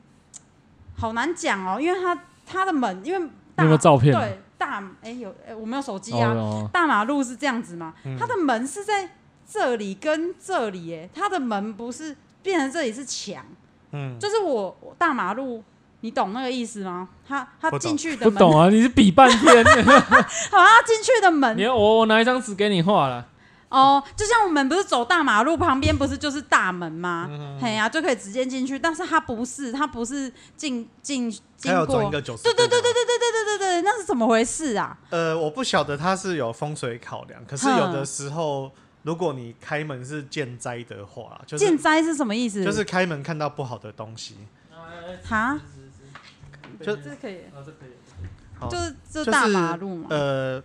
S2: 好难讲哦，因为它它的门因为
S1: 你
S2: 大
S1: 有没有照片？啊
S2: 对大哎、有哎、我没有手机
S1: 哦
S2: 啊，
S1: 哦，
S2: 大马路是这样子嘛，它的门是在这里跟这里哎、它的门不是变成这里是墙，
S3: 嗯，
S2: 就是我我大马路。你懂那个意思吗？它它
S3: 不懂
S2: 进去的
S1: 不
S2: 门，
S1: 懂啊，你是比半天，
S2: 好，它进去的门
S1: 你要我我拿一张纸给你画了，
S2: 哦，就像我们不是走大马路旁边不是就是大门吗？嘿呀、就可以直接进去，但是它不是，它不是进进
S3: 它
S2: 经
S3: 有
S2: 过
S3: 转一，个九十。
S2: 对对对对对对对对对对，那是怎么回事啊？
S3: 呃，我不晓得它是有风水考量，可是
S2: 哼
S3: 有的时候，如果你开门是建灾的话，就
S2: 建
S3: 是
S2: 灾是什么意思？
S3: 就是开门看到不好的东西，
S2: 哈，
S3: 就
S2: 哦这可以，
S1: 啊，这可以。
S3: 好
S2: 就是就
S3: 就是
S2: 大马路嘛，
S3: 呃，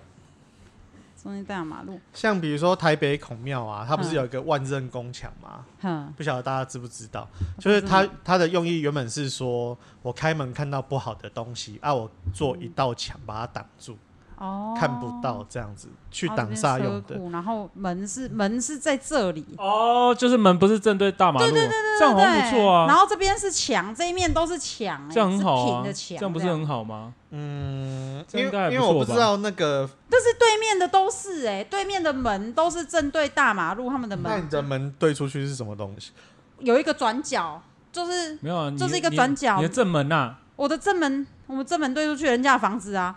S2: 中间大马路，
S3: 像比如说台北孔庙啊，它不是
S2: 嗯
S3: 有一个万仞宫墙吗？
S2: 哼，
S3: 不晓得大家知不知道，就是它它的用意原本是说我开门看到不好的东西啊，我做一道墙把它挡住，
S2: 哦，
S3: 看不到这样子去
S2: 然后
S3: 挡
S2: 这边
S3: 煞
S2: 车
S3: 用的。
S2: 库，然后门是门是在这里，
S1: 哦，就是门不是正对大马路，啊这样好像不错
S2: 对然
S1: 啊，
S2: 后这边是墙，这一面都是墙、哎
S1: 这样很好
S2: 是
S1: 啊
S2: 平，的
S1: 这
S2: 墙，
S1: 样不是很好吗？
S3: 嗯，
S1: 这
S3: 因
S1: 应该还
S3: 为
S1: 不
S3: 因为
S1: 错
S3: 我不知
S1: 吧
S3: 道那个，
S2: 但是对面的都是哎、对面的门都是正对大马路，他们的
S3: 那你
S2: 门
S3: 的门对出去是什么东西？
S2: 有一个转角，就是
S1: 没有啊，你
S2: 就是一个
S1: 你
S2: 转角
S1: 你的正门啊呐，
S2: 我的正门，我们正门对出去人家的房子啊，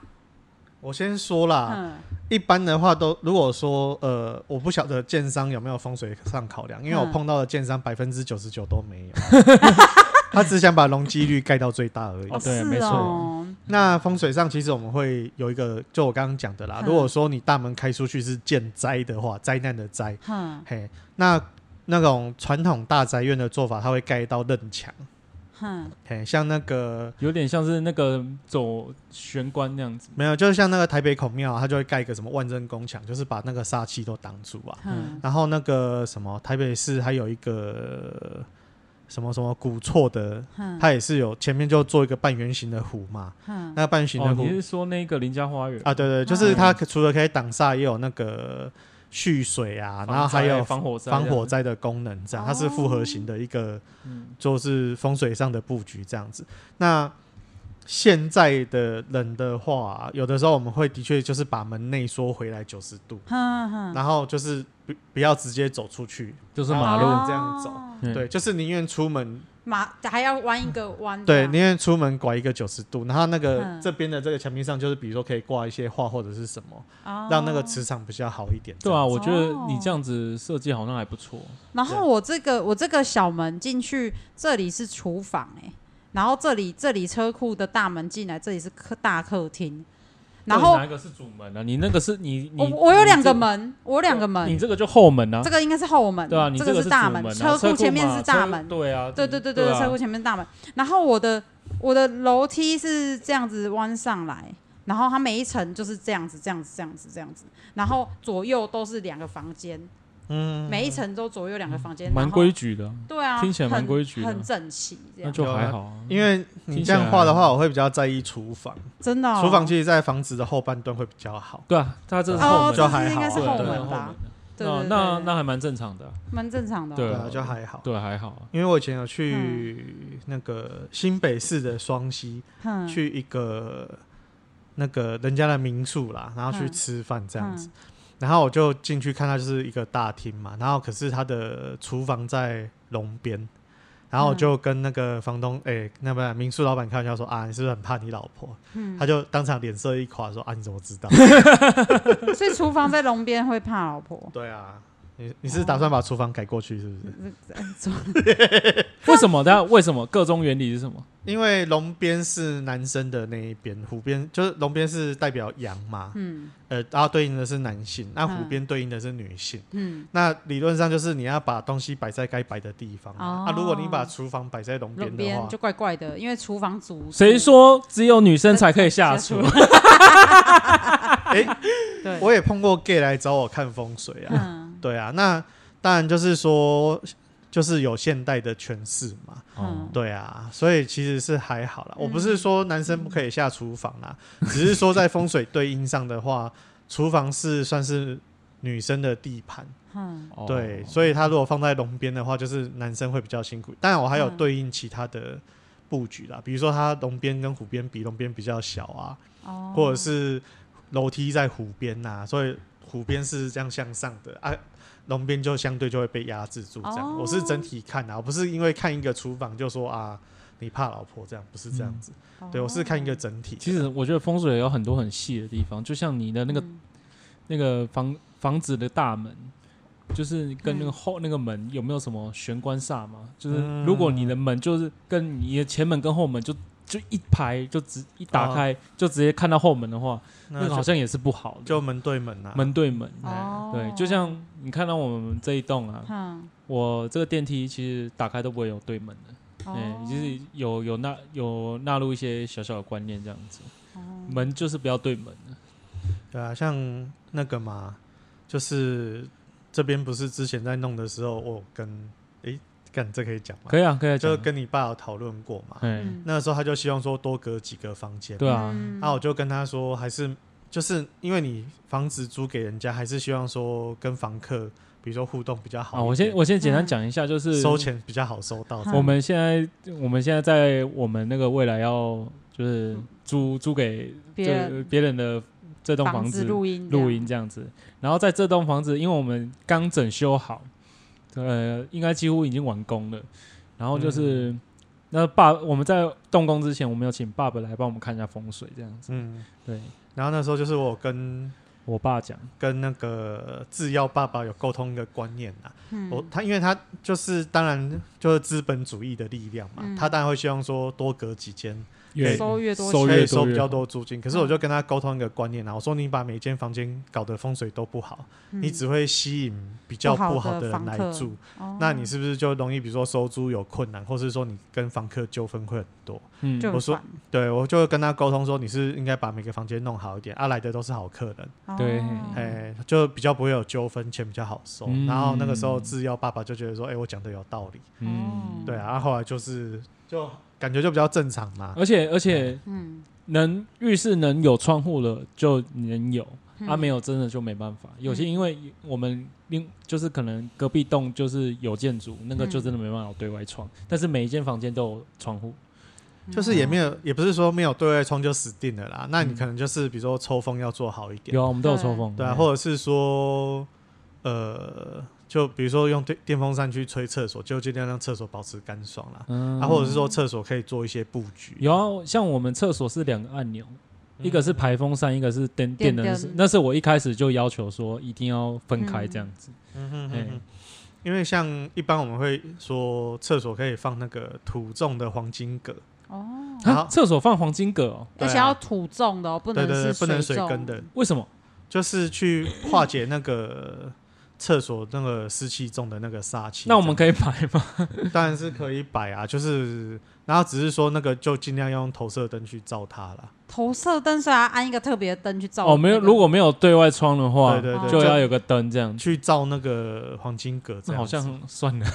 S3: 我先说啦，
S2: 嗯，
S3: 一般的话都，如果说呃，我不晓得建商有没有风水上考量，因为我
S2: 嗯
S3: 碰到的建商百分之九十九都 没有，他只想把容积率盖到最大而已。
S1: 哦对
S2: 是
S1: 没错
S2: 哦，
S3: 那风水上其实我们会有一个，就我刚刚讲的啦，
S2: 嗯
S3: 如果说你大门开出去是建灾的话，灾难的灾，
S2: 哼
S3: 嘿，那那种传统大宅院的做法，它会盖到刃墙，
S2: 哼，
S3: 嘿，像那个
S1: 有点像是那个走玄关那样子。
S3: 没有，就是像那个台北孔庙啊，它就会盖一个什么万仞宫墙，就是把那个煞气都挡住啊。
S2: 哼，
S3: 然后那个什么台北市还有一个什么什么古厝的，
S2: 哼
S3: 它也是有前面就做一个半圆形的湖嘛，
S2: 哼，
S3: 那个半圆形
S1: 哦
S3: 的，湖、
S1: 你是说那个林家花园？
S3: 啊，对对，就是它可除了可以挡煞，也有那个蓄水啊，然后还有
S1: 防火灾这
S3: 防
S1: 样
S3: 火灾的功能，这样它是复合型的一个，
S1: 嗯
S3: 就是风水上的布局这样子。那现在的人的话，有的时候我们会的确就是把门内缩回来九十度，
S2: 哼
S1: 嗯
S2: 哼，
S3: 然后就是不不要直接走出去，
S1: 就是马路
S2: 哦
S3: 这样走
S1: 嗯
S3: 对，就是宁愿出门，
S2: 马还要弯一个
S1: 嗯
S2: 弯，
S3: 对，宁愿出门拐一个九十度，然后那个、
S2: 嗯
S3: 这边的这个墙壁上，就是比如说可以挂一些画或者是什么，让
S2: 让
S3: 那个磁场比较好一点。
S1: 哦对啊，
S2: 哦
S3: 这样
S1: 我觉得你这样子设计好像还不错。
S2: 然后我这个我这个小门进去，这里是厨房哎、然后这里这里车库的大门进来，这里是客大客厅，然
S1: 到底
S2: 后
S1: 哪一个是主门呢？啊你那个是你
S2: 我
S1: 你
S2: 我有两
S1: 你这
S2: 个门，我有两个
S1: 你
S2: 门，
S1: 这个就后门啊
S2: 这，个应该是后门，
S1: 对啊，你
S2: 这
S1: 个
S2: 是
S1: 主
S2: 大
S1: 门啊，
S2: 车
S1: 库
S2: 库前面
S1: 嘛
S2: 是大
S1: 车
S2: 门，
S1: 对啊，
S2: 对对对对，
S1: 啊
S2: 车库前面大门。然后我的我的楼梯是这样子弯上来，然后它每一层就是这样子这样子这样子这样子，然后左右都是两个房间，嗯，每一层都左右两个房间，
S1: 蛮
S2: 然后
S1: 规矩的啊，
S2: 对啊，
S1: 听起来蛮
S2: 很
S1: 规矩的
S2: 很整齐，
S1: 那
S2: 这样
S1: 就还好啊。
S3: 因为你这样画的话，我会比较在意厨房。
S2: 真的哦、
S3: 厨房其实，在房子的后半段会比较好。
S1: 对啊，他这是后
S2: 哦，
S1: 门
S3: 就
S2: 这
S1: 啊，
S3: 还
S2: 是应该
S3: 好
S2: 是
S1: 对
S2: 后
S1: 对
S2: 门
S1: 后
S2: 吧？对
S1: 那
S2: 对
S1: 那
S2: 对
S1: 那还蛮正常的啊，
S2: 蛮正常的哦、
S1: 对
S3: 对
S1: 啊
S3: 啊，就还好。
S1: 对，还好啊。
S3: 因为我以前有去那个新北市的双溪，
S2: 嗯
S3: 去一个那个人家的民宿啦，然后去
S2: 嗯
S3: 吃饭这样子。然后我就进去看，它就是一个大厅嘛，然后可是它的厨房在龙边，然后我
S2: 嗯
S3: 就跟那个房东，哎、那不然民宿老板开玩笑说啊，你是不是很怕你老婆？他就当场脸色一垮，说啊，你怎么 知道？。
S2: 嗯所以厨房在龙边会怕老婆
S3: 对啊，你你是打算把厨房改过去是不是？
S1: 为什么？大家为什么？各中原理是什么？
S3: 因为龙边是男生的那一边，湖边就是龙边是代表阳嘛，
S2: 嗯
S3: 呃，然后对应的是男性，那湖
S2: 嗯
S3: 边对应的是女性。
S2: 嗯，
S3: 那理论上就是你要把东西摆在该摆的地方
S2: 哦
S3: 啊。啊如果你把厨房摆在龙
S2: 龙
S3: 边的
S2: 边
S3: 话
S2: 就，怪怪的，因为厨房主
S1: 谁说只有女生才可以下
S2: 下
S1: 厨
S2: 厨？
S3: 哎、
S2: 对？
S3: 我也碰过 gay 来找我看风水啊。
S2: 嗯
S3: 对啊，那当然就是说，就是有现代的诠释嘛。
S1: 哦
S2: 嗯，
S3: 对啊，所以其实是还好啦。我不是
S2: 嗯
S3: 说男生不可以下厨房啦，只是说在风水对应上的话，厨房是算是女生的地盘。
S2: 嗯
S1: 哦
S3: 对，所以它如果放在龙边的话，就是男生会比较辛苦。当然，我还有
S2: 嗯
S3: 对应其他的布局啦，比如说它龙边跟湖边比，龙边比较小啊，
S2: 哦，
S3: 或者是楼梯在湖边呐、所以湖边是这样向上的啊，龙边就相对就会被压制住。这样，
S2: 哦
S3: 我是整体看啊，我不是因为看一个厨房就说啊你怕老婆这样，不是这样子。
S2: 哦
S3: 对我是看一个整体的。
S1: 其实我觉得风水有很多很细的地方，就像你的那个、那个房房子的大门，就是跟那个后那个门有没有什么玄关煞嘛？就是
S3: 嗯
S1: 如果你的门就是跟你的前门跟后门就就一排就直一打开、就直接看到后门的话，那
S3: 那
S1: 个
S3: 就
S1: 好像也是不好的，
S3: 就门对门啊，
S1: 门对门。
S2: 哦，
S1: 对，就像你看到我们这一栋啊，
S2: 嗯，
S1: 我这个电梯其实打开都不会有对门的，哎、
S2: 哦，
S1: 就是有有纳有纳入一些小小的观念这样子，
S2: 哦
S1: 门就是不要对门的，
S3: 对啊，像那个嘛，就是这边不是之前在弄的时候，我跟诶，干这可以讲吗？
S1: 可以啊，可以啊，
S3: 就
S1: 讲啊
S3: 跟你爸有讨论过嘛。
S1: 哎，
S2: 嗯
S3: 那时候他就希望说多隔几个房间，
S1: 对啊，
S3: 那、我就跟他说，还是就是因为你房子租给人家，还是希望说跟房客，比如说互动比较好一
S1: 啊，
S3: 点。
S1: 我先我
S2: 嗯
S1: 先简单讲一下，就是嗯
S3: 收钱比较好收到。
S1: 我们现在我们现在在我们那个未来要就是租租给
S2: 嗯别
S1: 这
S2: 人
S1: 别人的呃这栋
S2: 房
S1: 子
S2: 录音这样
S1: 录音这样子。然后在这栋房子，因为我们刚整修好，呃，应该几乎已经完工了。然后就是、那爸，我们在动工之前，我们有请爸爸来帮我们看一下风水这样子。
S3: 嗯，
S1: 对
S3: 然后那时候就是我跟
S1: 我爸讲，
S3: 跟那个制药爸爸有沟通一个观念啊，
S2: 嗯
S3: 我他因为他就是当然就是资本主义的力量嘛，
S2: 嗯
S3: 他当然会希望说多隔几间
S1: 越
S2: 收越多
S1: 收
S2: 钱
S3: 可以
S1: 越
S3: 收
S1: 多
S3: 比
S1: 越
S3: 较
S1: 好。
S3: 多租金，可是我就跟他沟通一个观念啊，我说你把每间房间搞得风水都不好，
S2: 嗯
S3: 你只会吸引比较不好的人来住，
S2: 哦
S3: 那你是不是就容易比如说收租有困难，或是说你跟房客纠纷会很多？
S1: 嗯，
S2: 就很
S3: 我说
S2: 烦
S3: 对我就跟他沟通说，你是应该把每个房间弄好一点，啊来的都是好客人，
S1: 对
S2: 哦
S3: 哎、就比较不会有纠纷，钱比较好收。
S1: 嗯
S3: 然后那个时候制药爸爸就觉得说，哎、我讲的有道理，
S2: 哦
S1: 嗯，
S3: 对啊。然后后来就是就感觉就比较正常嘛，
S1: 而且而且
S2: 嗯，
S1: 能浴室能有窗户了就能有。啊，没有真的就没办法。有些因为我们另就是可能隔壁栋就是有建筑，那个就真的没办法有对外窗，但是每一间房间都有窗户。
S3: 就是也没有，也不是说没有对外窗就死定了啦。那你可能就是比如说抽风要做好一点，
S1: 有啊，我们都有抽风。
S3: 嗯对啊，或者是说呃，就比如说用电电风扇去吹厕所，就尽量让厕所保持干爽啦。
S1: 嗯
S3: 啊，或者是说厕所可以做一些布局，
S1: 有啊，像我们厕所是两个按钮，
S3: 嗯
S1: 一个是排风扇，一个是电
S2: 电
S1: 电灯
S2: 灯。
S1: 那是我一开始就要求说一定要分开这样子。
S3: 嗯哼
S1: 嘿
S3: 哼哼，因为像一般我们会说厕所可以放那个土种的黄金葛，
S2: 哦，
S3: 然
S1: 啊，
S3: 后
S1: 厕所放黄金葛哦？
S2: 而且
S3: 对啊
S2: 要土种的哦，不
S3: 对
S2: 能
S3: 对对，
S2: 是
S3: 不能水
S2: 种
S3: 耕的，，
S1: 为什么？
S3: 嗯就是去化解那个厕所那个湿气重的那个煞气。
S1: 那我们可以摆吗？
S3: 这样当然是可以摆啊，就是然后只是说那个就尽量用投射灯去照它啦。
S2: 投射灯是要安一个特别的灯去照那个。
S1: 哦，没有，如果没有对外窗的话，
S3: 对对对，
S1: 就要有个灯这样
S3: 就
S1: 子。
S3: 去照那个黄金葛这
S1: 那
S3: 样子。
S1: 好像算 了，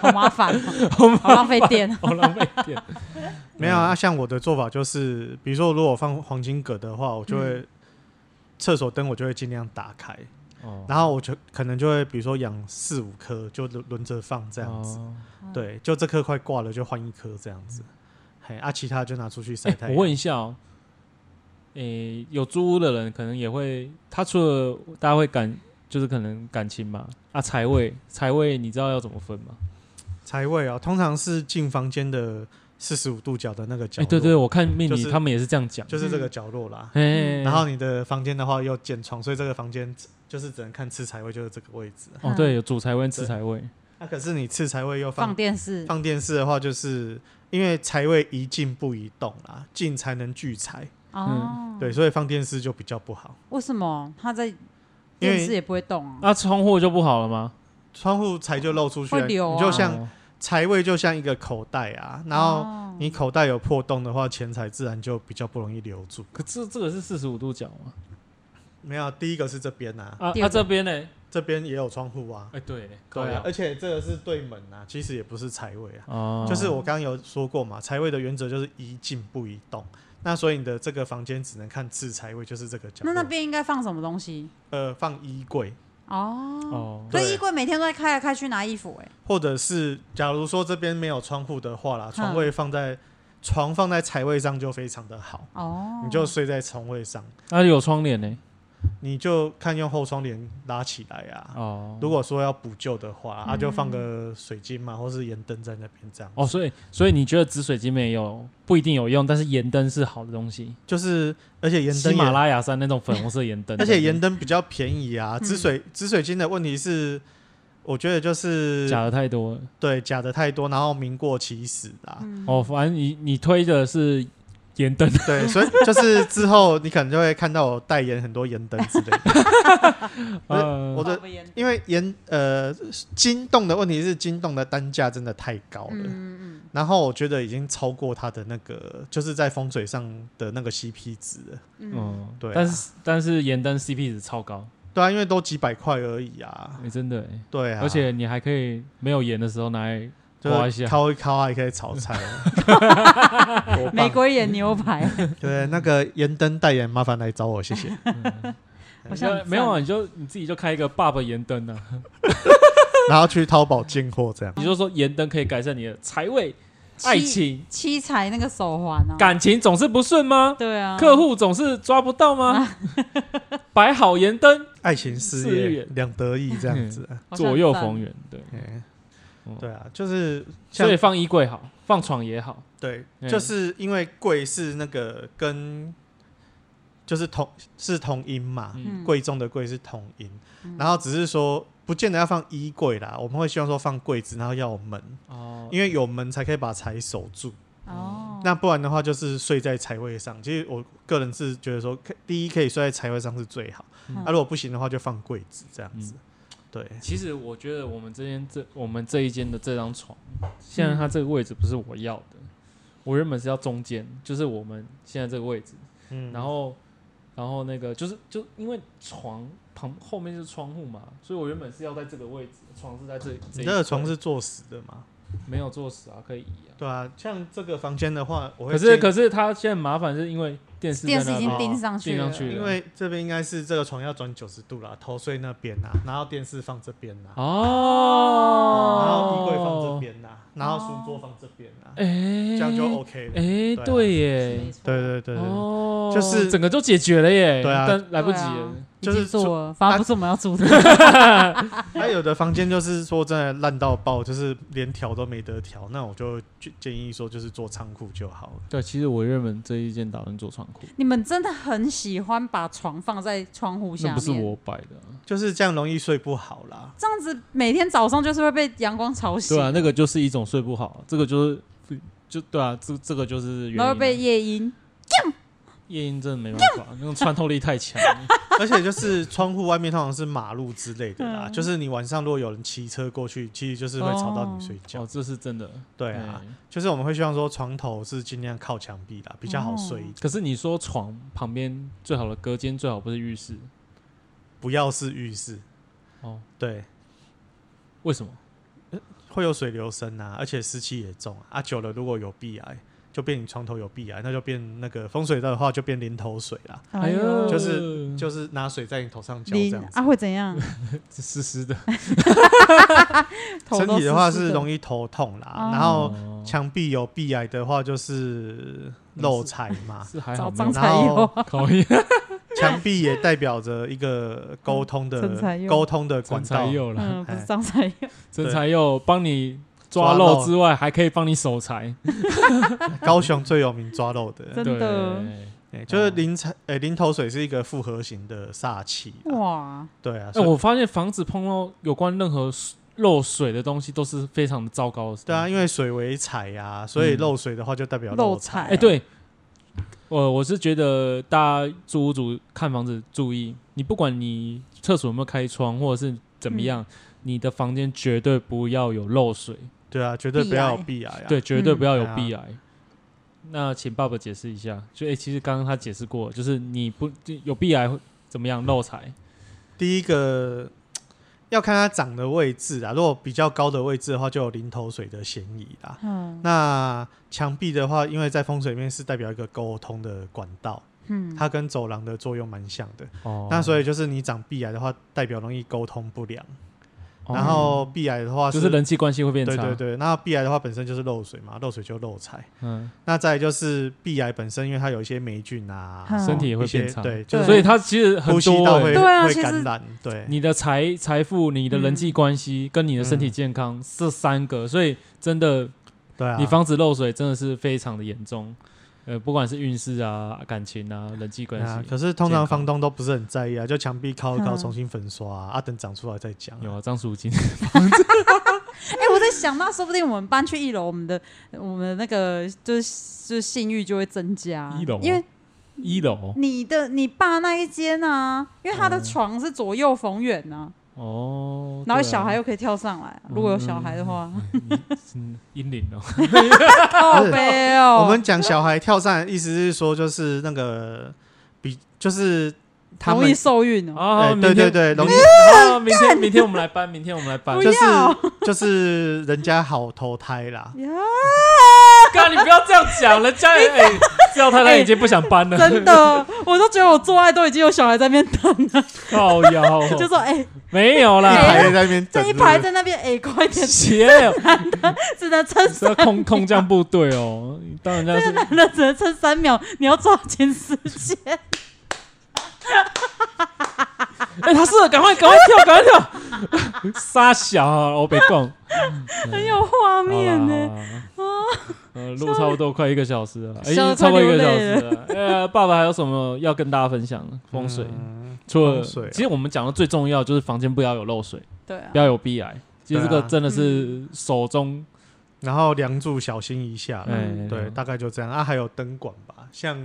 S2: 好麻烦哦，好浪费电。
S1: 好浪费电。
S3: 没
S1: 嗯
S3: 有啊，像我的做法就是，比如说如果我放黄金葛的话，我就会厕所灯我就会尽量打开。
S1: 嗯哦
S3: 然后我就可能就会比如说养四五颗，就轮轮着放这样子。
S1: 哦
S3: 对，就这颗快挂了，就换一颗这样子。嘿，啊，其他就拿出去晒
S1: 哎，
S3: 太
S1: 嗯
S3: 阳。
S1: 我问一下哦，诶、有租屋的人可能也会，他除了大家会感，就是可能感情嘛，啊，财 位，财位你知道要怎么分吗？
S3: 财位哦，通常是进房间的四十五度角的那个角
S1: 哎、
S3: 落，
S1: 对对，我看命理、
S3: 就是
S1: 他们也是这样讲，
S3: 就是这个角落啦。
S1: 哎、
S3: 然后你的房间的话又见窗，所以这个房间就是只能看吃财位，就是这个位置啊。
S1: 哦，对，有主财位、次财位，
S3: 那、可是你吃财位又
S2: 放
S3: 放
S2: 电视，
S3: 放电视的话，就是因为财位一进不移动啦，进才能聚财，
S2: 哦，
S3: 对，，所以放电视就比较不好。
S2: 为什么它在
S3: 因
S2: 电
S3: 为
S2: 视也不会动啊？
S1: 那、窗户就不好了吗？
S3: 窗户财就露出去了，
S2: 会流啊
S3: 你就像
S1: 哦
S3: 财位就像一个口袋啊，然后
S2: 哦
S3: 你口袋有破洞的话，钱财自然就比较不容易留住。
S1: 可这这个是四十五度角嘛，
S3: 没有，第一个是这边啊，
S1: 啊，
S2: 第
S1: 啊
S2: 二个
S1: 这边呢？哎、
S3: 这边也有窗户啊，
S1: 对，靠
S3: 对啊
S1: 腰，
S3: 而且这个是对门啊，其实也不是财位啊，
S1: 哦，
S3: 就是我刚刚有说过嘛，财位的原则就是宜静不宜动。那所以你的这个房间只能看次财位，就是这个角
S2: 那
S3: 落。
S2: 那边应该放什么东西？
S3: 呃，放衣柜，
S2: 哦，
S1: 哦，
S2: 所
S3: 对
S2: 以衣柜每天都在开来开去拿衣服，哎，
S3: 或者是假如说这边没有窗户的话啦，床位放在床放在财位上就非常的好，
S2: 哦，
S3: 你就睡在床位上。
S1: 啊那、有窗帘呢？
S3: 你就看用后窗帘拉起来啊。
S1: 哦，嗯
S3: 如果说要补救的话，啊就放个水晶嘛，或是盐灯在那边这样。
S1: 哦，所以所以你觉得紫水晶没有不一定有用，但是盐灯是好的东西。
S3: 就是而且盐
S1: 喜
S3: 灯也
S1: 马拉雅山那嗯种粉红色盐灯，
S3: 而且盐灯比较便宜啊。紫水紫水晶的问题是，我觉得就是
S1: 假的太多了。
S3: 对假的太多，然后名过其实啦。
S1: 哦，反正你你推的是盐灯，
S3: 对，所以就是之后你可能就会看到我代言很多盐灯之类的， 不是
S1: 呃
S3: 我的因为盐呃金洞的问题是金洞的单价真的太高了。
S4: 嗯嗯
S3: 然后我觉得已经超过它的那个，就是在风水上的那个 CP 值了。
S4: 嗯
S1: 嗯，
S3: 对啊
S1: 但是但是盐灯 CP 值超高，
S3: 对啊，因为都几百块而已啊。
S1: 哎，真的欸，
S3: 对啊，
S1: 而且你还可以没有盐的时候拿来刮
S3: 就
S1: 一
S3: 是
S1: 下，
S3: 敲一敲还可以 炒菜。多棒
S2: 玫瑰眼牛排，
S1: 啊
S3: 对，那个盐灯代言，麻烦来找我，谢 谢。
S2: 我想
S1: 没有啊，你就你自己就开一个爸爸盐灯啊，
S3: 然后去淘宝进货这样。
S1: 你就说盐灯可以改善你的财位、爱情、
S2: 七彩那个手环啊，
S1: 感情总是不顺吗？
S2: 对啊，
S1: 客户总是抓不到吗？ 摆好盐灯，
S3: 爱情事
S1: 事
S3: 业
S1: 业
S3: 两得意这样子。
S2: 好像
S1: 左右
S2: 赞
S1: 逢源，对，
S3: 哎
S1: 嗯
S3: 对啊，就是像
S1: 所以放衣柜好，放床也好，
S3: 对，
S1: 嗯
S3: 就是因为贵是那个跟就是同是同音嘛，
S2: 嗯
S3: 贵重的贵是同音，然后只是说不见得要放衣柜啦，我们会希望说放柜子，然后要有门，
S1: 哦，
S3: 因为有门才可以把财守住。
S2: 哦，
S3: 那不然的话，就是睡在财位上。其实我个人是觉得说，可第一可以睡在财位上是最好。那、
S1: 嗯
S3: 如果不行的话，就放柜子这样子。对，
S1: 其实我觉得我们这间这我们这一间的这张床，现在它这个位置不是我要的，我原本是要中间，就是我们现在这个位置，
S3: 嗯
S1: 然后然后那个就是就因为床旁后面就是窗户嘛，所以我原本是要在这个位置，床是在这里，这一
S3: 你那个床
S1: 块
S3: 是坐实的嘛？
S1: 没有坐死啊，可以移啊。
S3: 对啊，像这个房间的话，我会
S1: 可是
S3: 建议
S1: 可是它现在麻烦是因为电视
S4: 电
S1: 在
S4: 视
S1: 那
S4: 已经
S1: 边
S4: 钉上去
S1: 钉
S4: 了，
S1: 上去了
S3: 因为这边应该是这个床要转九十度啦，头睡那边呐、然后电视放这边呐、
S1: 哦，
S3: 然后衣柜放这，边呐、啊然后书桌放这边呐、
S1: 哎，
S3: 这样就 OK 了。
S1: 哎，
S3: 对啊
S1: 对耶，
S2: 没错
S3: 对对对对对，
S1: 哦，
S3: 就是
S1: 整个就解决了耶，
S3: 对啊
S1: 但来不及
S2: 对
S1: 了
S2: 啊。
S3: 就
S2: 已经
S3: 啊是
S2: 做了，反而不是我们要做的，
S3: 还有的房间就是说真的烂到爆，就是连调都没得调，那我就建建议说就是做仓库就好了。
S1: 对，啊其实我原本这一件打算做仓库，
S2: 你们真的很喜欢把床放在窗户下
S1: 那不
S2: 面，
S1: 是我摆的啊、
S3: 就是这样容易睡不好啦。
S2: 这样子每天早上就是会被阳光吵醒，
S1: 对啊，那个就是一种睡不好，这个就是就对啊，这这个就是原因
S2: 然
S1: 啊、
S2: 后被夜莺，
S1: 夜莺真的没办法，那种穿透力太强了。
S3: 而且就是窗户外面通常是马路之类的
S1: 嗯
S3: 啦，就是你晚上如果有人骑车过去，其实就是会吵到你睡觉。
S1: 哦，这是真的。哎
S3: 对啊，就是我们会希望说床头是尽量靠墙壁啦，比较好睡一
S2: 哦
S3: 点，
S1: 可是你说床旁边最好的隔间最好不是浴室
S3: 不要是浴室。
S1: 哦？
S3: 对，
S1: 为什么？
S3: 会有水流声啊，而且湿气也重啊，啊久了如果有壁癌，就变你床头有壁癌，那就变那个风水的话就变淋头水啦。
S1: 哎呦，
S3: 就是就是拿水在你头上浇这
S2: 淋
S3: 样
S2: 嗯
S3: 子。
S2: 啊会怎 样？
S1: 是湿湿的，
S2: 头
S3: 身
S2: 都
S3: 体的话
S2: 湿湿
S3: 是容易头痛啦，然后
S1: 哦
S3: 墙壁有壁癌的话就是漏财嘛，
S1: 是还好
S2: 早
S1: 没
S2: 上
S1: 有
S2: 才有啊，
S1: 考验
S3: 墙壁也代表着一个沟通
S2: 真才
S3: 的
S2: 有
S3: 沟通的
S1: 真
S3: 管
S1: 才
S3: 道。
S1: 有了，
S2: 嗯，不是张才有，
S1: 真
S3: 对
S1: 才有帮你抓
S3: 抓
S1: 漏
S3: 漏
S1: 之外，还可以帮你守财，
S3: 高雄最有名抓 漏的，
S2: 真的
S1: 对
S3: 哎
S1: 哦
S3: 就是林财诶林头水是一个复合型的煞气啊。
S2: 哇，
S3: 对啊，
S1: 哎、
S3: 所以
S1: 我发现房子碰到有关任何漏水的东西都是非常糟糕的。
S3: 对啊，，因为水为财啊，所以
S1: 嗯
S3: 漏水的话就代表
S2: 漏
S3: 财。啊
S2: 财
S1: 哎、，对，我我是觉得大家租屋主看房子注意，你不管你厕所有没有开窗，或者是怎么样，
S2: 嗯
S1: 你的房间绝对不要有漏水，
S3: 对啊，绝对不
S2: 壁癌
S3: 要有壁癌啊。
S1: 对，绝对
S2: 嗯
S1: 不要有
S3: 对啊
S1: 壁癌。那请爸爸解释一下，就哎、其实刚刚他解释过了，就是你不就有壁癌会怎么样漏财，
S3: 第一个要看它长的位置啊，如果比较高的位置的话，就有淋头水的嫌疑啦。
S2: 嗯
S3: 那墙壁的话，因为在风水面是代表一个沟通的管道，
S2: 嗯，
S3: 它跟走廊的作用蛮像的。
S1: 哦
S3: 那所
S1: 以
S3: 以就是你长壁癌的话，代表容易沟通不良。
S1: 哦
S3: 然后碧海的话
S1: 就是人际关系会变差，
S3: 对对对，那碧海的话本身就是漏水嘛，漏水就漏财。
S1: 嗯，
S3: 那再来就是碧癌本身，因为它有一些霉菌啊，
S2: 嗯
S1: 身体也会
S3: 一些
S1: 变差，
S3: 对，
S1: 就
S3: 就
S1: 是所以它其实很
S3: 呼吸
S1: 多、
S3: 道
S1: 欸
S3: 会
S5: 对啊
S3: 会
S5: 其实
S3: 感染，对，
S1: 你的财财富、你的人际关
S3: 嗯
S1: 系、跟你的身体健康、这三个，所以真的，
S3: 对啊，
S1: 你防止漏水真的是非常的严重。呃，不管是运势啊、感情啊、人际关
S3: 对啊，
S1: 系，
S3: 可是通
S1: 健
S3: 常
S1: 康
S3: 房东都不是很在意啊，就墙壁敲一敲，
S2: 嗯
S3: 重新粉刷啊，啊等长出来再讲啊。
S1: 有啊，张淑金
S2: 哎、我在想，那说不定我们搬去一楼，我们的我们的那个就是就是信誉就会增加。
S1: 一楼
S2: 因为
S1: 一楼
S2: 你的你爸那一间啊，因为他的
S1: 哦
S2: 床是左右逢源啊，
S1: 哦，
S2: 然后
S1: 对啊
S2: 小孩又可以跳上来啊、如果有小孩的话，
S1: 嗯阴灵哦，
S2: 好
S3: 不是
S2: 悲哦。
S3: 我们讲小孩跳伞，意思是说就是那个比就是他
S2: 容
S3: 们
S2: 易受孕哦。
S1: 啊，
S3: 哎
S1: 明天
S3: 对对对容易
S1: 明天啊明天明天我们来搬，明天我们来搬，
S2: 不
S3: 就
S1: 就是
S2: 要
S3: 就是人家好投胎 啦，
S2: 呀，
S1: 干你不要这样讲，人家也哎，廖太太已经不想搬了，
S2: 真的，我都觉得我做爱都已经有小孩在那边等了，
S1: 靠腰哦，
S2: 就说哎、
S1: 没有
S3: 一
S1: 啦，
S3: 排在那边
S2: 这
S3: 等
S2: 一排
S3: 是
S2: 在那边哎、快点，
S1: 鞋
S2: 只能撑
S1: 是要空空降部队哦，你当人家是
S2: 那只能撑三秒，你要抓紧时间。
S1: 哎、他是赶快赶快跳，赶快跳！傻小啊，我别讲，
S2: 很有画面呢、
S1: 啊，呃，录差不多快一个小时了，哎、
S2: 笑得
S1: 超过一个
S2: 快
S1: 小
S2: 流
S1: 时
S2: 泪
S1: 了。呃，爸爸还有什么要跟大家分享的？风水，
S3: 嗯
S1: 除了、
S3: 风水啊
S1: 其实我们讲的最重要就是房间不要有漏水，
S2: 对啊
S1: 不，要有壁癌。其实这
S3: 对
S1: 个
S3: 啊
S1: 真的
S2: 嗯
S1: 是手中，
S3: 然后梁柱小心一下啦，
S1: 哎、
S2: 嗯
S3: 对，大概就这样啊。还有灯管吧，像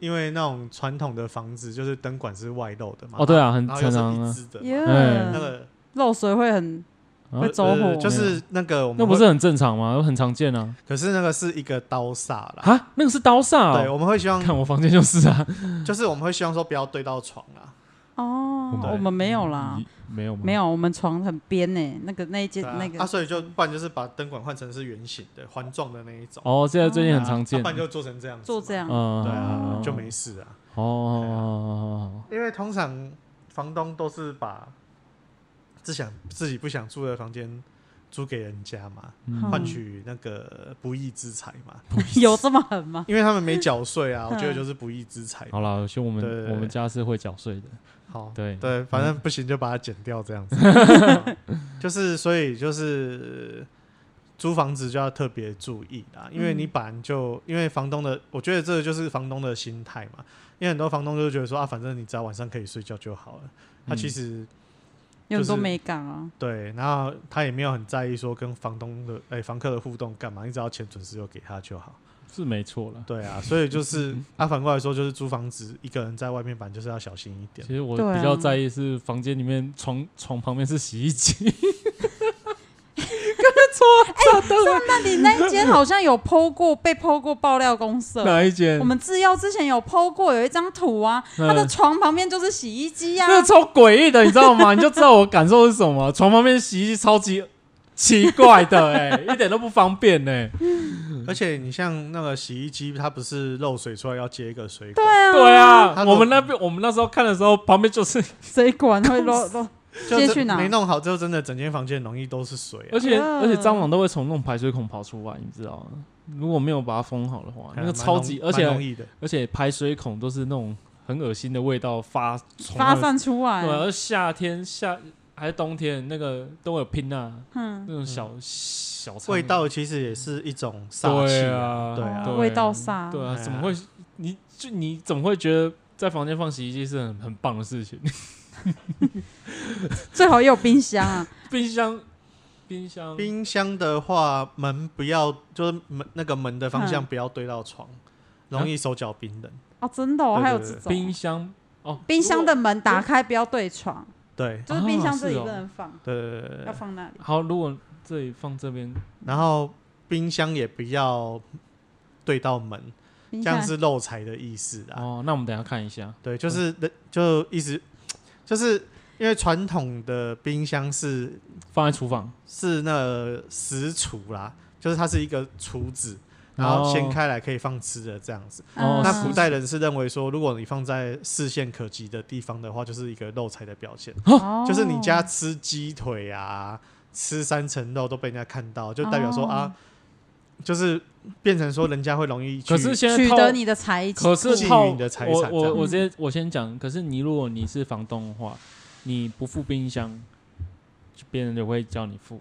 S3: 因为那种传统的房子，就是灯管是外露的嘛。
S1: 哦对啊，很
S3: 然后又
S1: 正
S3: 是
S1: 常
S3: 一
S1: 啊，
S3: 支的嘛，
S2: 耶、
S1: 哎
S3: 那个
S2: 漏水会很
S1: 啊
S2: 会走火，
S3: 呃就是那个我们
S1: 那不
S3: 会
S1: 是，很正常吗？很常见啊，
S3: 可是那个是一个刀煞啦。
S1: 啊，那个是刀煞、
S3: 对，
S1: 哦，
S3: 我们会希 望，
S1: 看我房间就是啊，
S3: 就是我们会希望说不要对到床啊啦。
S2: 哦
S3: 对，嗯
S2: 我们没有啦，
S1: 没有吗？
S2: 啊没有，我们床很边呢、那个那一间、
S3: 对啊
S2: 那个、
S3: 啊，所以就不然就是把灯管换成是圆形的、环状的那一种，
S1: 哦，现在最近很
S3: 啊
S1: 常见
S3: 啊不，然就做成这样子嘛，
S2: 做这样，
S1: 嗯，
S3: 对啊，就没事啊。
S1: 哦，
S3: 因为通常房东都是把自想自己不想住的房间租给人家嘛，
S1: 嗯
S3: 换取那个不义之财嘛，
S2: 有这么狠吗？
S3: 因为他们没缴税啊，我觉得
S2: 嗯
S3: 就是不义之财。
S1: 好了，兄我
S3: 对对
S1: 们
S3: 对
S1: 我们家是会缴税的，
S3: 好，
S1: 对
S3: 对，反正不行就把它剪掉，这样子。就是，所以就是租房子就要特别注意啦，因为你本来就因为房东的，我觉得这个就是房东的心态嘛。因为很多房东就是觉得说啊，反正你只要晚上可以睡觉就好了。他其实、
S2: 有很多
S3: 就是
S2: 美感啊，
S3: 对，然后他也没有很在意说跟房东的哎、房客的互动干嘛，你只要钱准时有给他就好。
S1: 是没错了。
S3: 对啊，所以 就是啊，反过来说就是租房子一个人在外面反正就是要小心一点
S1: 其。实我
S2: 对啊
S1: 比较在意是房间里面床床旁边是洗衣机，
S3: 哎
S2: 那你那一间好像有剖过，被剖过爆料公社。
S1: 哪一间
S2: 我？们制药之前有剖过，有一张图啊，
S1: 嗯
S2: 他的床旁边就是洗衣机啊呀、
S1: 那个超诡异的，你知道吗？你就知道我感受是什么。 床旁边洗衣机超级奇怪的， 哎，一点都不方便欸呢。
S3: 而且你像那个洗衣机，它不是漏水出来要接一个水
S2: 对
S3: 管，
S2: 啊，
S1: 对，啊，
S3: 它
S1: 我们那边我们那时候看的时候，旁边就是，
S2: 水管 会漏漏，
S3: 就
S2: 接
S3: 这
S2: 去哪
S3: 没弄好之后，真的整间房间容易都是水、啊
S1: 而。且
S2: 啊
S1: 而且蟑螂都会从那种排水孔跑出来，你知道吗？如果没有把它封好的话，那
S3: 还蛮
S1: 个超级，
S3: 容
S1: 而且
S3: 哎蛮容易的，
S1: 而且排水孔都是那种很恶心的味道发从
S2: 发
S1: 那
S2: 散出来
S1: 对，，
S3: 啊
S1: 而夏天夏还是冬天那个都有拼啊，
S2: 嗯，
S1: 那种小、小苍蝇
S3: 味道其实也是一种煞气
S1: 对。啊，
S3: 对啊
S2: 哦味道煞
S1: 对啊，
S3: 哎呀
S1: 怎么会？你就你怎么会觉得在房间放洗衣机是很很棒的事情？
S2: 最好也有冰箱啊，
S1: 冰箱，冰箱，
S3: 冰箱的话，门不要，就是门那个门的方向
S2: 嗯
S3: 不要对到床，容
S1: 啊
S3: 易手脚冰冷。
S2: 哦，真的、哦，
S3: 对对
S2: 还有
S3: 对
S2: 这种
S1: 冰箱哦，
S2: 冰箱的门打开，不要对
S3: 哦
S2: 床，
S3: 对
S2: 就是冰箱这里
S1: 是哦
S2: 不能放，
S3: 对对对对
S2: 要
S3: 对，
S2: 放那里
S1: 如。果好，如果这里放这边，
S3: 然后冰箱也不要对到门，
S2: 冰
S3: 这
S2: 箱
S3: 样是漏财的意思啊。
S1: 哦，那我们等一下看一下。
S3: 对，就是人就意思就是因为传统的冰箱是
S1: 放在厨房，
S3: 是那个食橱啦，就是它是一个橱子，然后掀
S1: 哦
S3: 开来可以放吃的这样子。
S2: 嗯
S1: 哦
S3: 那
S1: 是
S3: 古代人是认为说，如果你放在视线可及的地方的话，就是一个漏财的表现，
S2: 哦
S3: 就是你家吃鸡腿啊，吃三层肉都被人家看到，就代表说、
S2: 哦
S3: 啊，就是变成说人家会容易去。
S1: 可是现在
S2: 取
S1: 套，
S2: 得你的财
S1: 可
S3: 觊
S1: 是
S3: 觎
S1: 套
S3: 你的财
S1: 我
S3: 产这
S1: 我
S3: 样
S1: 我直接我先讲，可是你如果你是房东的话，你不付冰箱，就别人就会叫你付，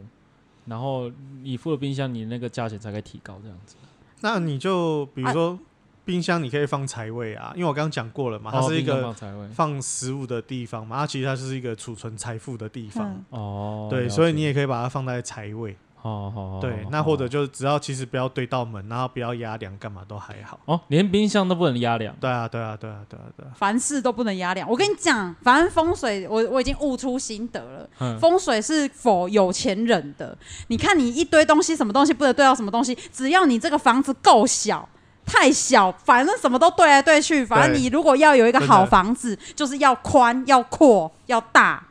S1: 然后你付了冰箱，你那个价钱才可以提高这样子。
S3: 那你就比
S2: 啊
S3: 如说冰箱，你可以放财位啊，因为我刚刚讲过了嘛，它
S1: 哦
S3: 是一
S1: 冰箱
S3: 个
S1: 放财位
S3: 放食物的地方嘛，它其实它就是一个储存财富的地方。
S2: 嗯
S1: 哦，
S3: 对，
S1: 了
S3: 所以
S1: 解哦
S3: 你也可以把它放在财位。
S1: 好好好，
S3: 对
S1: 好，
S3: 那或者
S1: 好
S3: 就只要其实不要对到门，然后不要压梁，干嘛都还好。
S1: 哦，连冰箱都不能压凉。
S3: 对啊，对啊，对啊，对啊，对啊。
S2: 凡事都不能压量。我跟你讲，反正风水我我已经悟出心得了。
S1: 嗯，
S2: 风水是否有钱人的？你看你一堆东西，什么东西不能对到什么东西，只要你这个房子够小。太小，反正什么都对来对去。反正
S3: 对
S2: 你如果要有一个
S3: 真的
S2: 好房子，就是要宽、要阔、要大，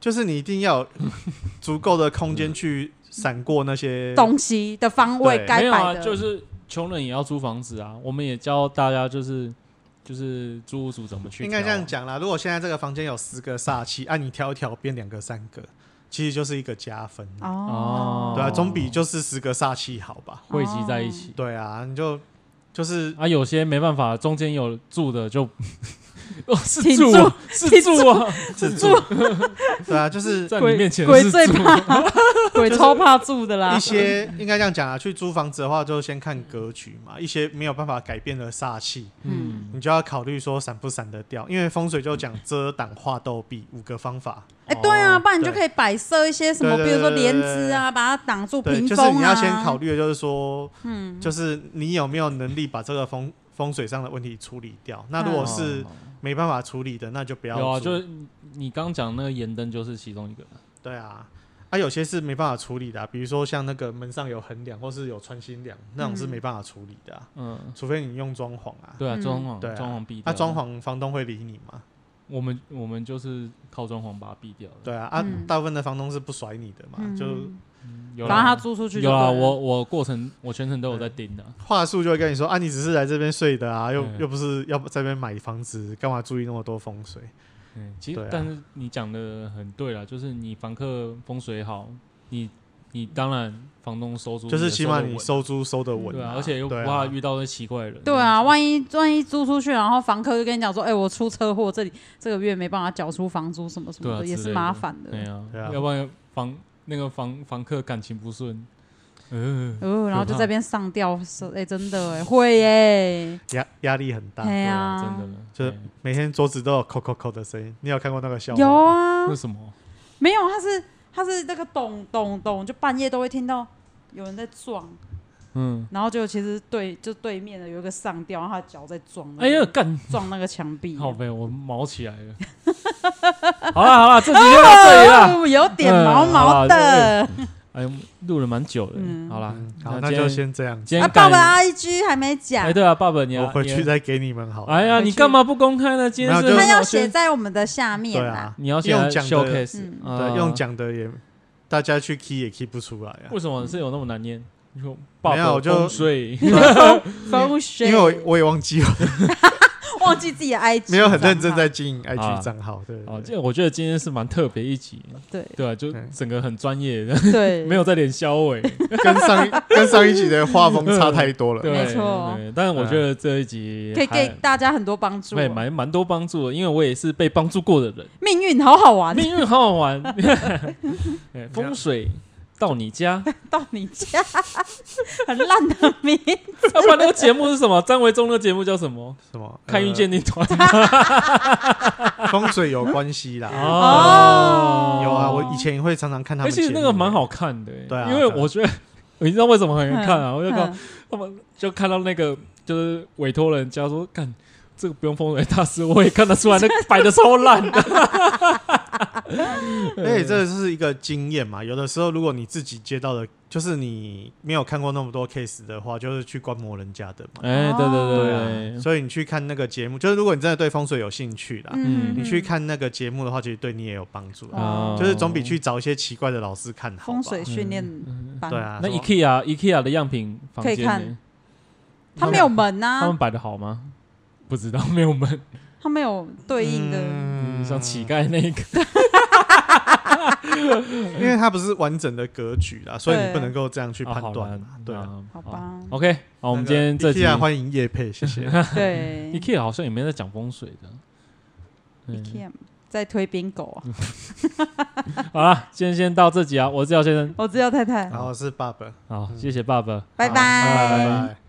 S3: 就是你一定要有足够的空
S1: 嗯
S3: 间去闪过那些。
S2: 东西的方位
S3: 对
S1: 没
S2: 该
S1: 有啊，
S2: 摆的。
S1: 就是穷人也要租房子啊，我们也教大家就是就是租屋主怎么去挑啊，
S3: 应该这样讲啦。如果现在这个房间有十个煞气，啊，你挑一挑边两个三个，其实就是一个加分。
S1: 哦，
S3: 对啊，总比就是十个煞气好吧？
S1: 汇集在一
S2: 哦
S1: 起。
S3: 对啊，你就就是
S1: 啊，有些没办法，中间有住的 就，哦是
S2: 挺
S1: 住
S2: 住
S1: 是
S2: 挺
S1: 住啊，
S3: 自住， 对啊，就 是
S1: 在
S2: 鬼
S1: 你面前
S2: 鬼
S1: 是
S2: 最
S1: 住，
S2: 鬼超怕住的啦
S1: 啊
S3: 一。些应该这样讲啊，去租房子的话，就先看格局嘛。一些没有办法改变的煞气，
S1: 嗯，
S3: 你就要考虑说闪不闪得掉，因为风水就讲遮挡、化斗避五个方法。
S2: 哎、对啊，
S1: 哦
S2: 不然你就可以摆设一些什么，
S3: 对对
S2: 比如说
S3: 对对
S2: 帘子啊，把它挡住
S3: 对，
S2: 屏
S3: 就是
S2: 风
S3: 你
S2: 啊。
S3: 要先考虑的就是说，嗯，就是你有没有能力把这个风风水上的问题处理掉。那 如果是没办法处理的，那就不要
S1: 嗯哦有啊，
S3: 租
S1: 就是你你刚讲那个盐灯就是其中一个，
S3: 对啊。啊，有些是没办法处理的啊、比如说像那个门上有横梁或是有穿心梁，那种是没办法处理的啊、
S1: 嗯，
S3: 除非你用装潢啊。
S1: 对啊，
S2: 嗯
S1: 装潢
S3: 对啊
S1: 装潢必掉，
S3: 那装潢房东会理你吗？
S1: 我们我们就是靠装潢把它避掉的，
S3: 对啊，啊，
S2: 嗯
S3: 大部分的房东是不甩你的嘛，
S2: 嗯，
S3: 就
S1: 有
S2: 反正他
S1: 啦
S2: 租出去就
S1: 有啦，
S2: 对了
S1: 我我过程我全程都有在盯的，
S3: 话术就会跟你说啊，你只是来这边睡的啊，又、
S1: 嗯
S3: 又不是要在这边买房子，干嘛注意那么多风水？
S1: 嗯，其
S3: 对
S1: 实
S3: 啊
S1: 但是你讲的很对啦，就是你房客风水好，你你当然房东收租
S3: 就是
S1: 也
S3: 起码
S1: 得
S3: 你
S1: 稳啊
S3: 收租收的稳、
S1: 对啊，而且又不
S3: 对
S1: 怕
S3: 啊
S1: 遇到那奇怪的人，
S2: 对啊，万一万一租出去，然后房客就跟你讲说，哎、我出车祸，这里这个月没办法缴出房租什么什么
S1: 对啊
S2: 也
S1: 之
S2: 是
S1: 类
S2: 麻
S1: 的
S2: 烦的。
S1: 对啊，
S3: 对啊
S1: 要不然房那个房房客感情不顺，嗯、
S2: 哦，然后就
S1: 可怕
S2: 在那边上吊，说哎、真的哎、会耶、
S3: 压压力很大，
S2: 哎
S1: 对
S2: 呀、
S1: 啊，真的，
S3: 就是
S1: 哎
S3: 每天桌子都有扣扣扣的声音。你有看过那个笑话？
S2: 有啊
S1: 为，什么？
S2: 没有，他是他是那个咚咚咚，就半夜都会听到有人在撞，
S1: 嗯，
S2: 然后就其实对就对面的有一个上吊，然后他脚在撞、那
S1: 哎呀
S2: 个，
S1: 干，
S2: 撞那个墙壁，哦
S1: 好呗，我毛起来 了。好了好了，这集就到这里了。
S2: 哦有点
S1: 嗯
S2: 毛
S1: 好
S2: 毛
S1: 啦
S2: 的。
S1: 哎呦，录了蛮久的，
S2: 嗯
S1: 好啦
S3: 嗯，好，
S1: 啊那
S3: 那
S1: 今
S3: 就
S1: 天
S3: 先这样子，
S1: 今
S2: 啊，
S1: 天感
S2: 爸爸的 IG 还没
S1: 哎
S2: 讲，
S1: 对啊，爸爸你
S3: 我
S1: 啊
S3: 回去
S1: 你啊
S3: 再给你们好了。
S1: 哎呀，你干嘛不公开呢？今天
S3: 没有
S1: 是
S3: 就是
S2: 他要
S1: 老师
S2: 写在我们的下面
S3: 对
S2: 啦
S3: 啊。，
S1: 你要写
S3: 用
S1: 在
S3: 讲的
S1: showcase，
S2: 嗯
S1: 啊
S3: 对，用讲的也大家去 key 也 key 不出来啊
S1: 为。什么是有那么难念？你说爸
S3: 没有
S1: 爸
S3: 我就
S1: 风 水，
S2: 风水，
S3: 因为我我也忘记了，
S2: 忘记自己的 IG，
S3: 没有很认真
S2: 账
S3: 在经营
S1: 啊
S3: IG 账号，对
S1: 好，
S3: 对对
S1: 这我觉得今天是蛮特别一集，对啊，就
S3: 对
S1: 整个很专业 的，
S2: 号对，
S1: 没有在脸消尾，
S3: 跟 上跟上一集的画风差太多了。
S1: 对，
S2: 没错
S1: 对但是我觉得这一集
S2: 可以
S1: 还
S2: 给大家很多帮助哦。
S1: 对蛮蛮多帮助的，因为我也是被帮助过的人，
S2: 命运好好玩，啊
S1: 命运好好 玩， 对风水到你家，
S2: 到你家 很烂的命，
S1: 要不然那个节目是什么？张维忠那个节目叫什么？
S3: 什么？
S1: 看运鉴定 团
S3: 呃风水有关系啦。
S2: 哦
S3: 哦有啊，我以前会常常看他
S1: 而
S3: 们节目，
S1: 哎且那个蛮好看的欸、
S3: 对啊
S1: 因为我觉得你知道为什么很难看啊？我就看
S2: 嗯
S1: 他们就看到那个就是委托人家说，干这个不用风水大师，我也看得出来，那摆的超烂 的。嗯
S3: 而且哎这是一个经验嘛。有的时候，如果你自己接到的，就是你没有看过那么多 case 的话，就是去观摩人家的嘛。
S1: 哎，对对对
S3: 对
S1: 对
S3: 啊，所以你去看那个节目，就是如果你真的对风水有兴趣啦，
S1: 嗯嗯
S3: 你去看那个节目的话，其实对你也有帮助啦。
S1: 啊
S3: 就是总
S2: 嗯
S3: 比去找一些奇怪的老师看好吧。
S2: 风水训练班
S3: 对啊，
S1: 嗯那
S3: 什么
S1: IKEA IKEA 的样品房间
S2: 可以看啊
S1: 呢，
S2: 它没有门呐、
S1: 他们摆的好吗？不知道，没有门，
S2: 它没有对应的。
S1: 嗯、像乞丐那个，
S3: 因为它不是完整的格局啦，所以你不能够这样去
S1: 啊
S3: 判
S1: 好
S3: 断
S1: 啦
S3: 嘛。对啊，
S1: 啊
S2: 好吧
S1: OK，好，我们今天这集
S3: 期欢迎叶佩，谢谢。
S1: 嗯
S2: 对
S1: IKEA 好像也没在讲风水的。嗯
S2: ，IKEA 在推冰狗啊，
S1: 好啦，今天先到这集啊，我是廖先生，
S2: 我知道太太，
S3: 然后是爸爸，
S1: 好，谢谢爸爸。
S2: 拜
S3: 拜拜。